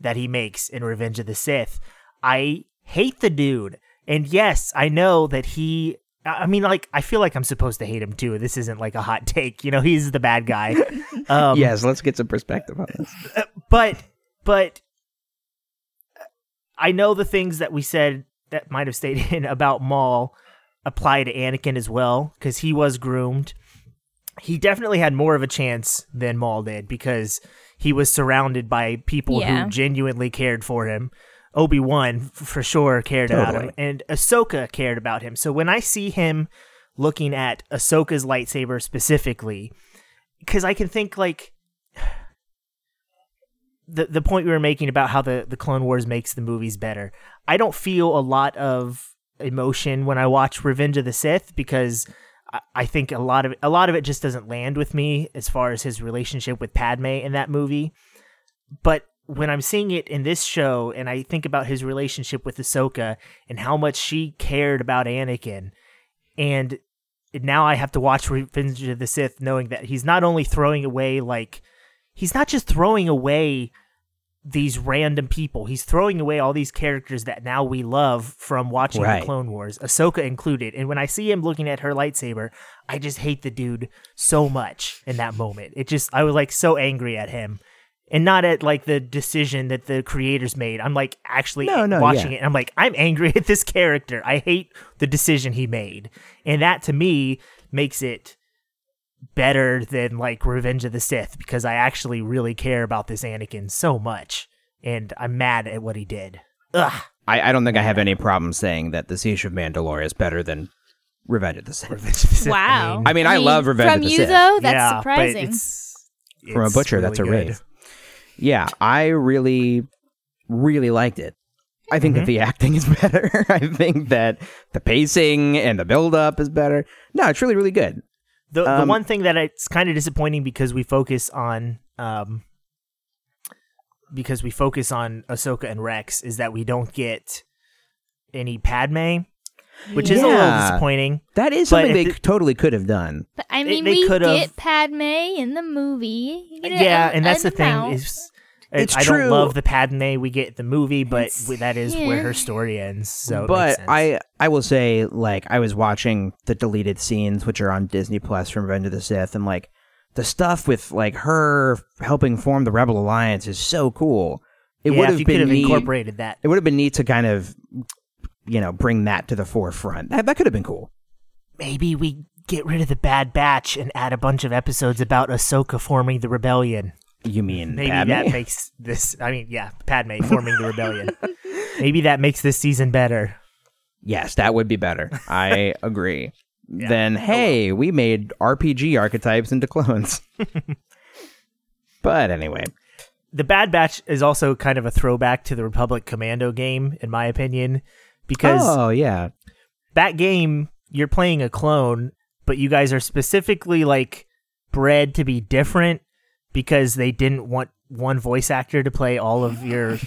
D: that he makes in Revenge of the Sith. I hate the dude. And yes, I know that he I I mean like I feel like I'm supposed to hate him too. This isn't like a hot take. You know, he's the bad guy. Um
B: Yes, let's get some perspective on this.
D: but but I know the things that we said that might have stayed in about Maul apply to Anakin as well because he was groomed. He definitely had more of a chance than Maul did because he was surrounded by people
C: Yeah.
D: who genuinely cared for him. Obi Wan for sure cared about
B: Totally.
D: him, and Ahsoka cared about him. So when I see him looking at Ahsoka's lightsaber specifically, because I can think like the the point we were making about how the the Clone Wars makes the movies better. I don't feel a lot of emotion when I watch Revenge of the Sith because I, I think a lot of a lot of it just doesn't land with me as far as his relationship with Padme in that movie. But when I'm seeing it in this show and I think about his relationship with Ahsoka and how much she cared about Anakin and now I have to watch Revenge of the Sith knowing that he's not only throwing away like he's not just throwing away these random people. He's throwing away all these characters that now we love from watching
B: Right.
D: the Clone Wars, Ahsoka included. And when I see him looking at her lightsaber, I just hate the dude so much in that moment. It just I was like so angry at him. And not at like the decision that the creators made. I'm like actually
B: No, no,
D: watching
B: yeah.
D: it and I'm like, I'm angry at this character. I hate the decision he made. And that to me makes it better than like Revenge of the Sith because I actually really care about this Anakin so much. And I'm mad at what he did. Ugh.
B: I, I don't think I have any problem saying that the Siege of Mandalore is better than Revenge of the Sith.
D: Revenge of the Sith, I
C: Wow.
D: mean,
B: I mean, I love Revenge
C: from
B: of the
C: you
B: Sith.
C: though. That's
D: yeah, but
C: surprising.
D: it's-
B: From a
D: it's
B: butcher,
D: really
B: that's a
D: good.
B: rave. Yeah, I really, really liked it. I think that
D: Mm-hmm.
B: the acting is better. I think that the pacing and the build up is better. No, it's really, really good.
D: The, the
B: Um,
D: one thing that it's kind of disappointing because we focus on um because we focus on Ahsoka and Rex is that we don't get any Padme, which is a little
B: Yeah.
D: disappointing.
B: That is
D: But
B: something
D: if
B: they
D: it-
B: totally could have done.
C: But I
D: They-
C: mean,
D: they
C: we
D: could've-
C: get Padme in the movie. You get
D: yeah,
C: an-
D: and that's the
C: an
D: thing
C: amount.
D: is
B: It's
D: I
B: true.
D: don't love the Padme we get in the movie, but
C: It's-
D: that is where
C: yeah.
D: her story ends. So, it makes
B: but
D: sense.
B: I I will say like I was watching the deleted scenes which are on Disney Plus from Revenge of the Sith and like the stuff with like her helping form the Rebel Alliance is so cool. It
D: yeah,
B: would
D: if
B: have
D: you could
B: been
D: have
B: neat.
D: incorporated that.
B: It would have been neat to kind of you know bring that to the forefront. That, that could have been cool.
D: Maybe we get rid of the Bad Batch and add a bunch of episodes about Ahsoka forming the rebellion.
B: You mean
D: Maybe
B: Padme?
D: that makes this. I mean, yeah, Padme forming the rebellion. Maybe that makes this season better.
B: yes, that would be better. I agree.
D: Yeah. Oh,
B: Then hey, we made RPG archetypes into clones. but anyway,
D: The Bad Batch is also kind of a throwback to the Republic Commando game, in my opinion, because
B: oh yeah,
D: that game you're playing a clone but you guys are specifically like bred to be different because they didn't want one voice actor to play all of your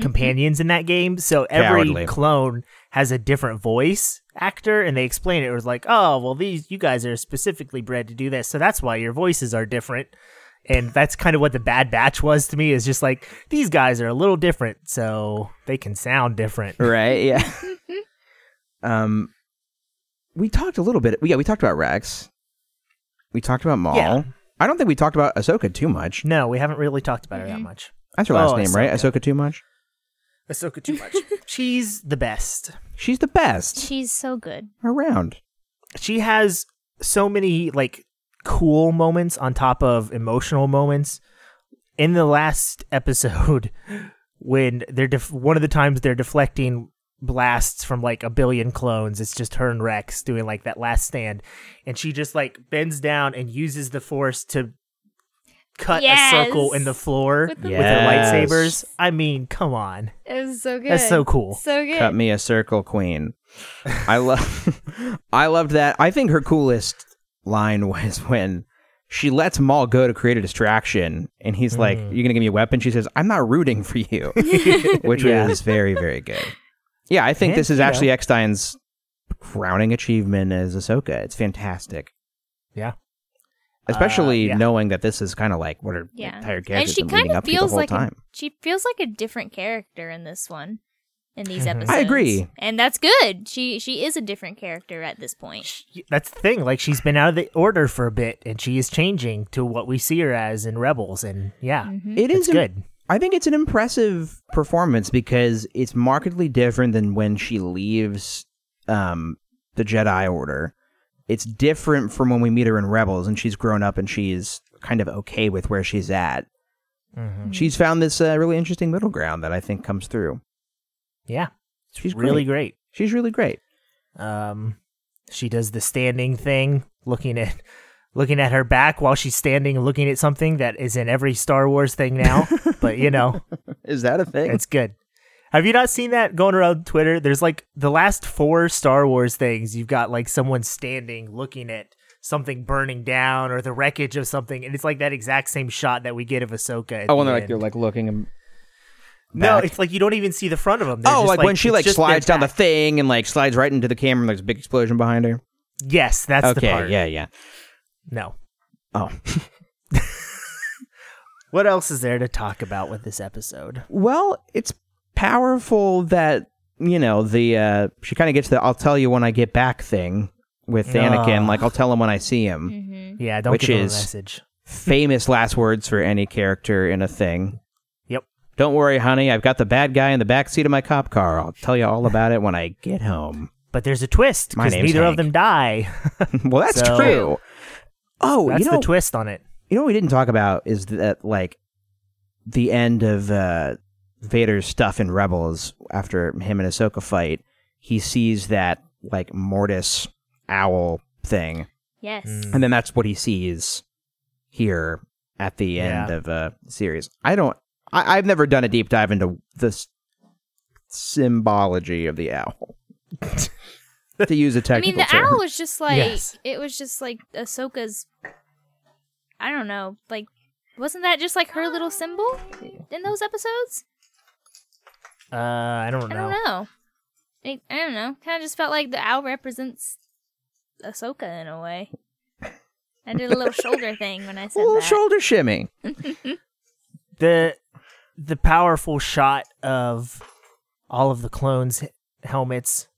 D: companions in that game so every
B: Cowardly.
D: clone has a different voice actor and they explain it, it was like oh well these you guys are specifically bred to do this so that's why your voices are different and that's kind of what the bad batch was to me is just like these guys are a little different so they can sound different
B: right? Yeah. um, we talked a little bit. Yeah, we talked about Rex. We talked about Maul.
D: Yeah.
B: I don't think we talked about Ahsoka too much.
D: no we haven't really talked about her that much
B: That's her last
D: Oh,
B: name, right? Ahsoka too much.
D: Ahsoka too much. She's the best.
B: She's the best
C: she's so good.
B: around.
D: She has so many like cool moments on top of emotional moments. In the last episode, when they're def- one of the times they're deflecting blasts from like a billion clones, it's just her and Rex doing like that last stand, and she just like bends down and uses the force to cut
C: Yes.
D: a circle in the floor
C: With
D: with,
C: the-
B: Yes.
D: her lightsabers. I mean, come on,
C: It was so good.
D: That's so cool.
C: So good.
B: Cut me a circle, Queen. I love. I loved that. I think her coolest line was when she lets Maul go to create a distraction, and he's like,
D: Hmm.
B: "You're gonna give me a weapon." She says, "I'm not rooting for you," which
D: Yeah.
B: was very, very good. Yeah, I think
D: And,
B: this is
D: you know.
B: actually Eckstein's crowning achievement as Ahsoka. It's fantastic,
D: yeah.
B: especially
D: Uh, yeah.
B: knowing that this is kind of like what her
C: Yeah.
B: entire character
C: And she
B: been
C: kind
B: leading
C: of
B: up to the
C: feels
B: whole
C: like a,
B: time.
C: she feels like a different character in this one. In these
D: Mm-hmm.
C: episodes.
B: I agree.
C: And that's good. She she is a different character at this point.
D: that's the thing. Like she's been out of the order for a bit, and she is changing to what we see her as in Rebels, and yeah,
C: Mm. Mm-hmm.
B: It
D: it's
B: is im-
D: good.
B: I think it's an impressive performance because it's markedly different than when she leaves um, the Jedi Order. It's different from when we meet her in Rebels, and she's grown up and she's kind of okay with where she's at.
D: Mhm.
B: She's found this uh, really interesting middle ground that I think comes through.
D: Yeah,
B: She's
D: really
B: great.
D: great.
B: She's really great.
D: Um, she does the standing thing, looking at looking at her back while she's standing, and looking at something that is in every Star Wars thing now. but you know,
B: Is that a thing?
D: It's good. Have you not seen that going around Twitter? There's like the last four Star Wars things. You've got like someone standing looking at something burning down or the wreckage of something, and it's like that exact same shot that we get of Ahsoka. At
B: oh, and
D: the
B: they're like
D: end.
B: they're like looking and
D: no,
B: back.
D: it's like you don't even see the front of them. They're
B: oh,
D: just,
B: like, when she
D: it's
B: like
D: just
B: slides
D: their
B: down the
D: back.
B: thing and like slides right into the camera and there's a big explosion behind her.
D: yes, that's the
B: okay,
D: part.
B: yeah, yeah.
D: No.
B: Oh,
D: What else is there to talk about with this episode?
B: well, it's powerful that you know the uh she kind of gets the "I'll tell you when I get back" thing with Anakin.
D: Ah.
B: Like I'll tell him when I see him.
C: Mm-hmm.
D: Yeah, don't
B: Which
D: give them
B: is-
D: a message.
B: Famous last words for any character in a thing.
D: Yep.
B: Don't worry, honey. I've got the bad guy in the back seat of my cop car. I'll tell you all about it when I get home.
D: But there's a twist
B: My
D: because
B: name's
D: neither
B: Hank.
D: of them die.
B: well, that's
D: So-
B: true. Oh,
D: That's
B: you know,
D: the twist on it.
B: you know what we didn't talk about is that like the end of uh, Vader's stuff in Rebels after him and Ahsoka fight, he sees that like Mortis owl thing,
C: Yes.
D: Mm.
B: and then that's what he sees here at the end
D: Yeah.
B: of uh, series. I don't. I, I've never done a deep dive into the s- symbology of the owl. to use a
C: I
B: technical
C: mean, the
B: term.
C: owl was just like
D: Yes.
C: it was just like Ahsoka's. I don't know, like wasn't that just like her little symbol in those episodes?
D: Uh, I don't
C: I
D: know.
C: don't know. I, I don't know. Kind of just felt like the owl represents Ahsoka in a way. I did a little shoulder thing when I
B: a
C: said
B: little
C: that.
B: shoulder shimmy.
D: the the powerful shot of all of the clones helmets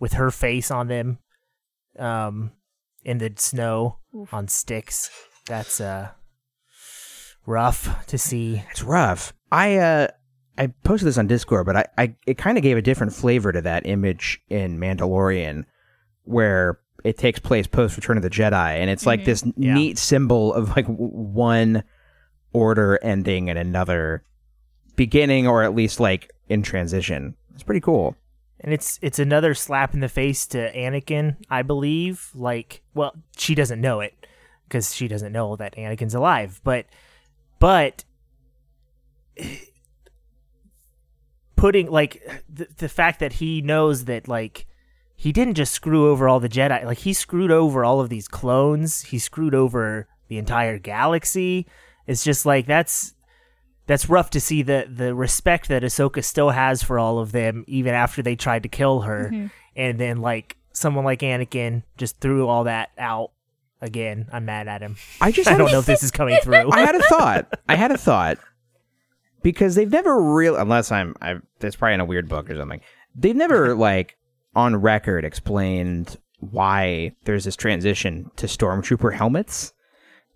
D: with her face on them um in the snow on sticks that's uh rough to see
B: It's rough. I uh I posted this on Discord, but I, I it kind of gave a different flavor to that image in Mandalorian where it takes place post Return of the Jedi and it's like this
D: Yeah.
B: neat symbol of like w- one order ending and another beginning or at least like in transition. It's pretty cool.
D: and it's it's another slap in the face to Anakin, I believe. Like, well, she doesn't know it because she doesn't know that Anakin's alive, but but putting like the, the fact that he knows that like he didn't just screw over all the Jedi, like he screwed over all of these clones, he screwed over the entire galaxy. It's just like that's that's rough to see the the respect that Ahsoka still has for all of them, even after they tried to kill her, and then like someone like Anakin just threw all that out again. I'm mad at him.
B: I just
D: I
B: had a
D: don't know if this is coming through.
B: I had a thought. I had a thought because they've never real unless I'm I that's probably in a weird book or something. They've never like on record explained why there's this transition to stormtrooper helmets.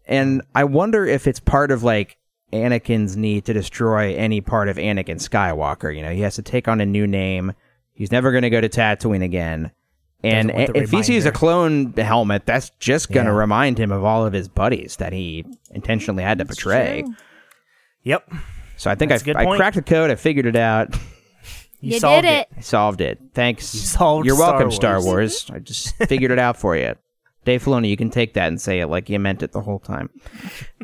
B: And I wonder if it's part of like Anakin's need to destroy any part of Anakin Skywalker, you know, he has to take on a new name. He's never going to go to Tatooine again. And
D: Doesn't want the
B: if he sees a
D: reminder.
B: clone helmet, that's just going to
D: Yeah.
B: remind him of all of his buddies that he intentionally had to betray.
D: yep,
B: So I think
D: That's a
B: I,
D: good
B: I
D: point.
B: cracked the code. I figured it out.
D: you,
C: You
D: solved
C: did it.
B: I solved it. Thanks.
D: You solved
B: You're
D: Star
B: welcome, Star
D: Wars.
B: Wars. I just figured it out for you. Dave Filoni, you can take that and say it like you meant it the whole time.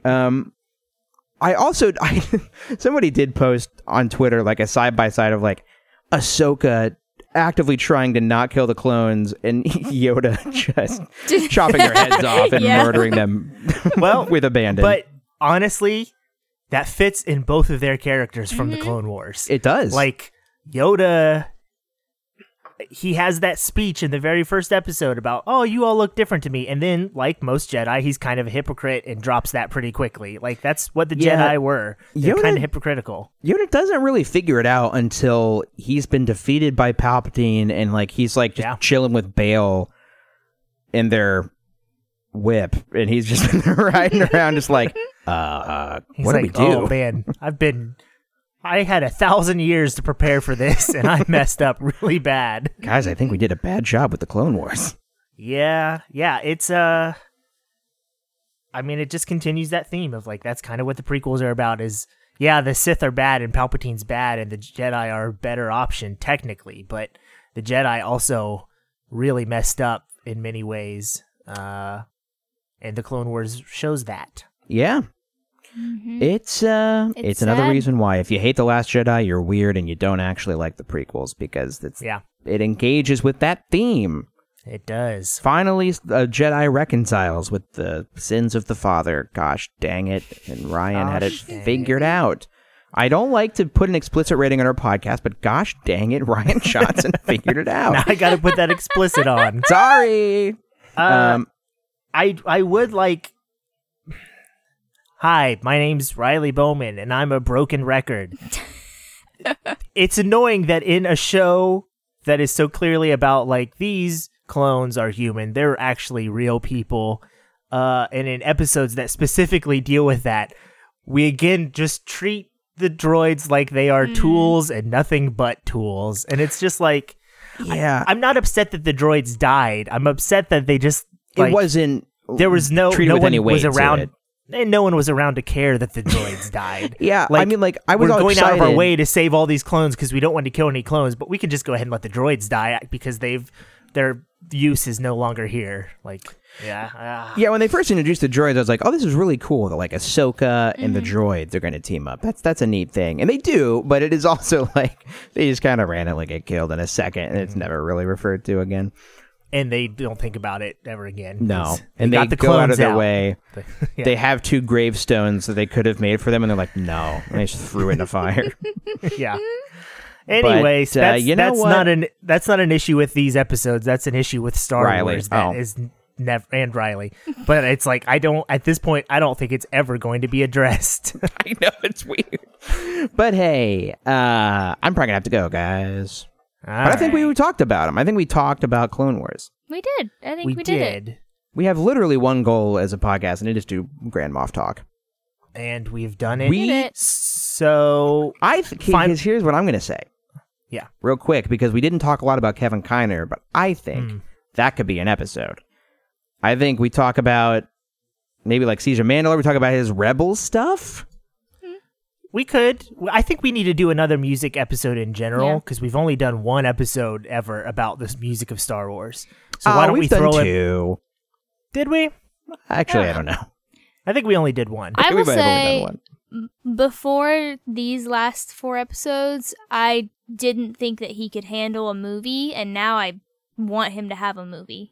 B: Um, I also I, somebody did post on Twitter like a side by side of like Ahsoka actively trying to not kill the clones and Yoda just chopping their heads off and
C: Yeah.
B: murdering them
D: Well,
B: with abandon.
D: but honestly, that fits in both of their characters from the Clone Wars.
B: it does.
D: like Yoda he has that speech in the very first episode about oh you all look different to me and then like most Jedi he's kind of a hypocrite and drops that pretty quickly like that's what the
B: Yeah.
D: Jedi were they're
B: Yoda-
D: kind of hypocritical
B: Yoda doesn't really figure it out until he's been defeated by Palpatine and like he's like just
D: Yeah.
B: chilling with Bail in their whip and he's just in there riding around just like uh, uh
D: he's
B: what
D: like
B: do we do?
D: oh man I've been I had a thousand years to prepare for this and I messed up really bad
B: Guys, I think we did a bad job with the Clone Wars.
D: Yeah, yeah, it's uh I mean it just continues that theme of like that's kind of what the prequels are about is yeah, the Sith are bad and Palpatine's bad and the Jedi are a better option technically, but the Jedi also really messed up in many ways. Uh and the Clone Wars shows that.
B: Yeah. It's uh it's,
C: It's
B: another
C: sad.
B: reason why if you hate the last Jedi, you're weird and you don't actually like the prequels because it's
D: Yeah,
B: it engages with that theme.
D: it does.
B: Finally, a Jedi reconciles with the sins of the father. Gosh dang it. And Ryan had it
D: Gosh dang
B: figured out. I don't like to put an explicit rating on our podcast, but gosh dang it, Ryan Johnson figured it
D: Now
B: out.
D: I got to put that explicit on.
B: Sorry.
D: Uh,
B: Um,
D: I I would like. Hi, my name's Riley Bowman, and I'm a broken record. it's annoying that in a show that is so clearly about like these clones are human, they're actually real people, uh, and in episodes that specifically deal with that, we again just treat the droids like they are tools and nothing but tools, and it's just like
B: yeah.
D: I'm not upset that the droids died. I'm upset that they just
B: it
D: like,
B: wasn't
D: there was no
B: treated
D: no
B: with
D: one
B: any weight
D: was
B: to
D: around
B: it.
D: and no one was around to care that the droids died.
B: Yeah, I mean, like, I was
D: we're
B: all
D: going out of our
B: excited.
D: way to save all these clones because we don't want to kill any clones, but we can just go ahead and let the droids die eh, because they've their use is no longer here. Like, yeah, ah.
B: Yeah, when they first introduced the droids, I was like, "Oh, this is really cool." That like Ahsoka and the droids are going to team up. That's that's a neat thing, and they do. But it is also like they just kind of randomly get killed in a second, and it's never really referred to again.
D: and they don't think about it ever again.
B: No,
D: 'cause
B: and
D: they
B: they
D: got the
B: go
D: clones
B: out of their way.
D: Yeah.
B: They have two gravestones that they could have made for them, and they're like, "No," and they just threw it in a fire.
D: yeah.
C: Mm-hmm.
D: Anyway,
B: uh,
D: that's,
B: you know
D: that's
B: what?
D: not an that's not an issue with these episodes. That's an issue with Star
B: Riley.
D: Wars. That
B: Oh.
D: is never and Riley. But it's like I don't at this point I don't think it's ever going to be addressed.
B: I know it's weird, but hey, uh, I'm probably gonna have to go, guys. But I think we talked about them. I think we talked about Clone Wars.
C: We did. I think
D: we,
C: we,
D: did,
C: it.
B: We have literally one goal as a podcast, and it is to Grand Moff talk.
D: and we've done it.
B: We-
C: Did it.
D: so
B: I think
D: Fine.
B: here's what I'm going to say
D: yeah,
B: real quick because we didn't talk a lot about Kevin Kiner, but I think
D: Mm.
B: that could be an episode. I think we talk about maybe like Caesar Mandalore. We talk about his rebel stuff.
D: we could. I think we need to do another music episode in general
C: Yeah.
D: because we've only done one episode ever about this music of Star Wars. So
B: Oh,
D: why don't
B: we've
D: we
B: done
D: throw it?
B: two?
D: Did we?
B: Actually, I don't know.
D: I think we only did one.
C: I
B: think
C: will
B: we might have only done
C: say
B: one.
C: before these last four episodes, I didn't think that he could handle a movie, and now I want him to have a movie.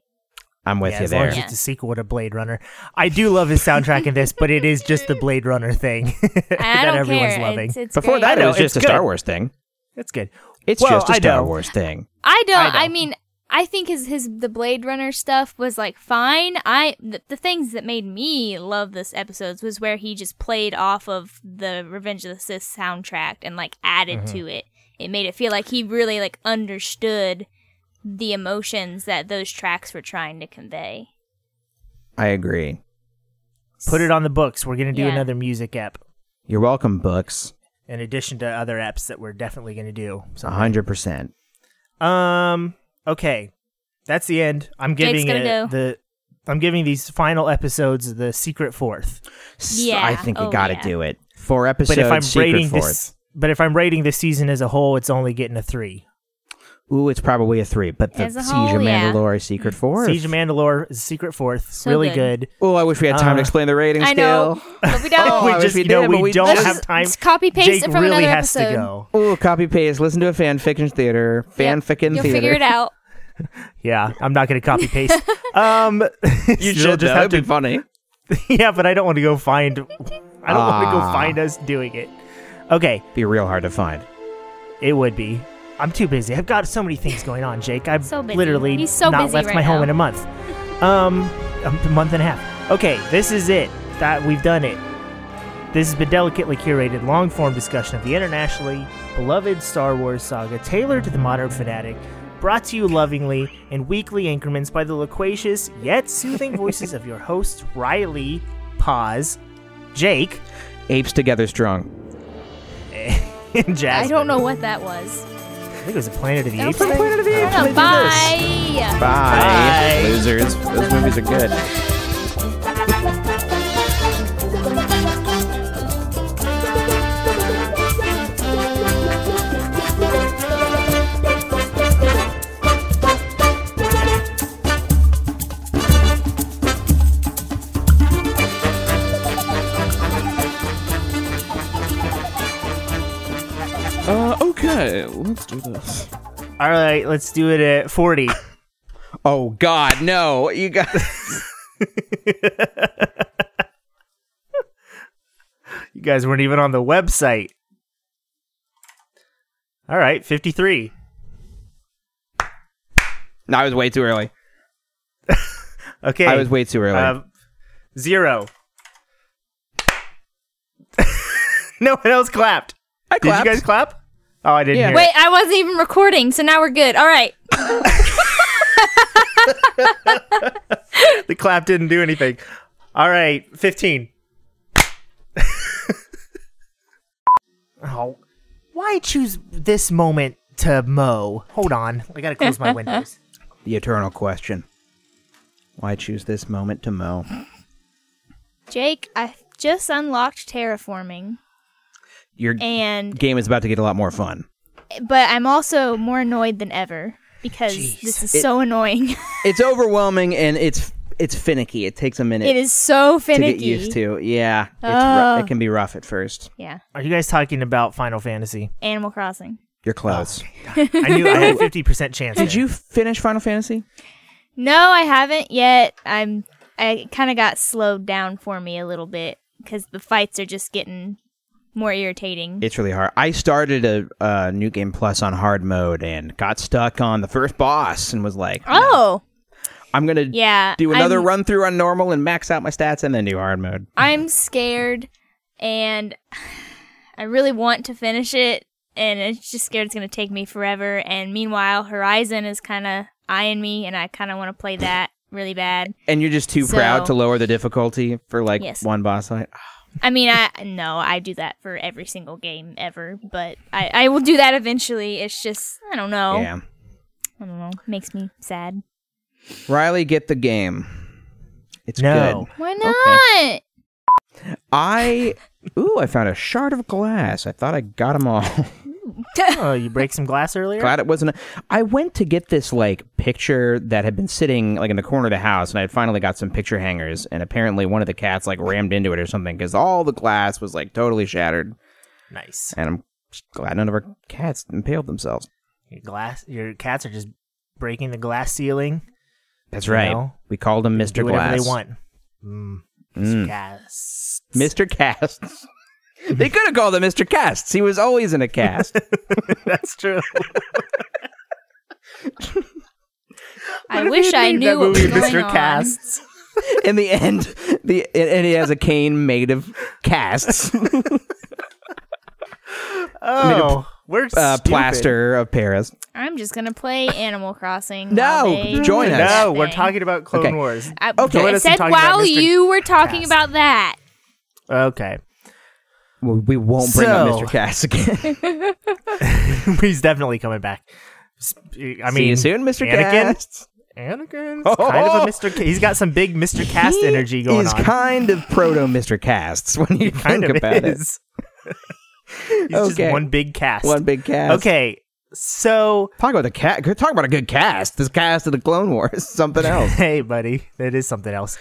B: I'm with
D: yeah,
B: you
D: as long
B: there.
D: as it's a sequel to Blade Runner. I do love his soundtrack in this, but it is just the Blade Runner thing
C: I
D: that
C: don't
D: everyone's
C: care.
D: loving.
C: It's, it's
B: Before
C: great.
B: that,
D: I
B: it
D: know,
B: was just a
D: it's
B: Star
D: good.
B: Wars thing.
D: That's good.
B: It's
D: Well,
B: just a
D: I
B: Star
D: know.
B: Wars thing.
C: I don't.
D: I know.
C: I, mean, I think his his the Blade Runner stuff was like fine. I the, the things that made me love this episodes was where he just played off of the Revenge of the Sith soundtrack and like added to it. It made it feel like he really like understood the emotions that those tracks were trying to convey.
B: I agree.
D: Put it on the books. We're going to do
C: Yeah.
D: another music app
B: You're welcome, books.
D: in addition to other apps that we're definitely going to do.
B: A hundred percent.
D: Um. Okay, that's the end. I'm
C: Jake's
D: giving
C: gonna
D: it
C: go.
D: the. I'm giving these final episodes the secret fourth.
C: Yeah.
B: I think we
C: Oh,
B: got to
C: yeah.
B: do it. Four episodes.
D: But if I'm
B: secret
D: rating
B: fourth.
D: this, but if I'm rating the season as a whole, it's only getting a three.
B: Ooh, it's probably a three, but the
C: As a
B: Siege
C: whole,
B: of
C: yeah. Mm.
B: Mandalore is Secret Fourth.
D: Siege of Mandalore is a secret fourth.
C: So
D: really
C: good.
D: good.
B: oh, I wish we had time to
D: Uh,
B: explain the rating
C: I know,
B: scale.
C: but we don't.
B: Oh, I
D: we
B: wish
D: just
B: we
D: you know
B: did, but
D: we
B: we
D: don't
B: didn't.
D: have time.
C: Just copy paste
D: Jake
C: it from
D: really
C: another
D: has
C: episode.
D: to go.
B: Ooh, copy paste. Listen to a fan fiction theater. Fan
C: Yep.
B: fiction
C: You'll
B: theater.
C: figure it out.
D: Yeah, I'm not going to copy paste. um,
B: You
D: you'll
B: should
D: just
B: though.
D: have
B: It'd
D: to.
B: be funny.
D: yeah, but I don't want to go find. I don't want to go
B: Ah.
D: find us doing it. Okay,
B: Be real hard to find.
D: it would be. I'm too busy. I've got so many things going on, Jake. I've
C: So busy.
D: literally
C: He's so
D: not
C: busy
D: left
C: right
D: my home
C: now.
D: in a month. Um, a month and a half. Okay, this is it. That we've done it. This has been delicately curated, long form discussion of the internationally beloved Star Wars saga, tailored to the modern fanatic, brought to you lovingly in weekly increments by the loquacious yet soothing voices of your hosts, Riley, Pause, Jake,
B: Apes together strong.
D: and Jasmine.
C: I don't know what that was.
D: I think it was a Planet of the
C: That
D: Apes.
C: was-
D: thing?
C: I don't know. Bye. See ya.
B: Bye. Losers. Those movies are good.
E: Uh, okay, let's do this.
D: All right, let's do it at 40.
B: Oh God, no! You guys.
D: You guys weren't even on the website. All right, 53.
B: No, I was way too early.
D: Okay.
B: I was way too early.
D: Um, zero. no one else clapped.
B: I
D: Did
B: clapped.
D: you guys clap? Oh, I didn't
B: Yeah.
D: hear.
C: Wait,
D: it.
C: I wasn't even recording, so now we're good. All right.
D: The clap didn't do anything. All right, 15. oh, why choose this moment to mow? Hold on. I got to close my windows.
B: the eternal question. Why choose this moment to mow?
C: Jake, I just unlocked terraforming,
B: Your
C: and
B: game is about to get a lot more fun.
C: but I'm also more annoyed than ever because this is so annoying.
B: It's overwhelming and it's it's finicky. It takes a minute
C: it is so
B: to
C: finicky.
B: get used to. Yeah, it's
C: Oh.
B: rou- it can be rough at first.
C: Yeah,
D: Are you guys talking about Final Fantasy?
C: Animal Crossing.
B: You're close.
C: Ah.
D: I knew I had a 50% chance.
B: Did
D: there.
B: you finish Final Fantasy?
C: No, I haven't yet. I'm I kind of got slowed down for me a little bit because the fights are just getting more irritating.
B: It's really hard. I started a, a new game plus on hard mode and got stuck on the first boss and was like,
C: oh,
B: I'm gonna
C: yeah.
B: do another
C: I'm-
B: run through on normal and max out my stats and then do hard mode.
C: I'm scared and I really want to finish it and it's just scared it's going to take me forever and meanwhile Horizon is kind of eyeing me and I kind of want to play that really bad.
B: And you're just too
C: So-
B: proud to lower the difficulty for like
C: Yes.
B: one boss fight.
C: I mean, I no, I do that for every single game ever, but I I will do that eventually. It's just I don't know.
B: Yeah.
C: I don't know. Makes me sad.
B: Riley, get the game. It's good.
D: No.
C: Why
B: Okay.
C: not?
B: I ooh, I found a shard of glass. I thought I got them all.
D: Oh, you break some glass earlier?
B: Glad it wasn't. A, I went to get this like picture that had been sitting like in the corner of the house, and I had finally got some picture hangers. And apparently, one of the cats like rammed into it or something because all the glass was like totally shattered.
D: Nice.
B: And I'm just glad none of our cats impaled themselves.
D: Your glass your cats are just breaking the glass ceiling.
B: That's
D: You
B: right.
D: know,
B: we called him Mr.
D: Do whatever
B: Glass.
D: they want. Mm.
B: Mm.
D: Gas.
B: Mr. Casts. they could have called him Mr. Casts. He was always in a cast.
D: That's true.
C: I wish I knew what was going on.
B: in the end, the and he has a cane made of casts,
D: Oh, we're
B: uh,
D: stupid.
B: plaster of Paris.
C: I'm just gonna play Animal Crossing.
B: No,
C: all day.
B: join us.
D: No,
C: That
D: we're
C: thing.
D: talking about Clone
B: Okay.
D: Wars.
C: I,
B: Okay.
C: I
D: Join us in
C: said
D: talking about
C: while
D: Mr.
C: you were talking
D: Cast.
C: about that.
D: Okay,
B: Well, we won't bring up
D: So-
B: Mr. Casts again.
D: he's definitely coming back. S- I mean,
B: See you soon, Mr.
D: Anakin.
B: Casts.
D: Anakin's kind of a Mr. Ca- he's got some big Mr. Cast
B: He
D: energy going
B: is
D: on.
B: kind of proto Mr. Casts when you
D: kind
B: think
D: of
B: about
D: is. he's
B: Okay.
D: just one big cast.
B: it. One big cast.
D: okay, so
B: Talk about the cat. Talk about a good cast. This cast of the Clone Wars. is Something else.
D: hey, buddy, that is something else.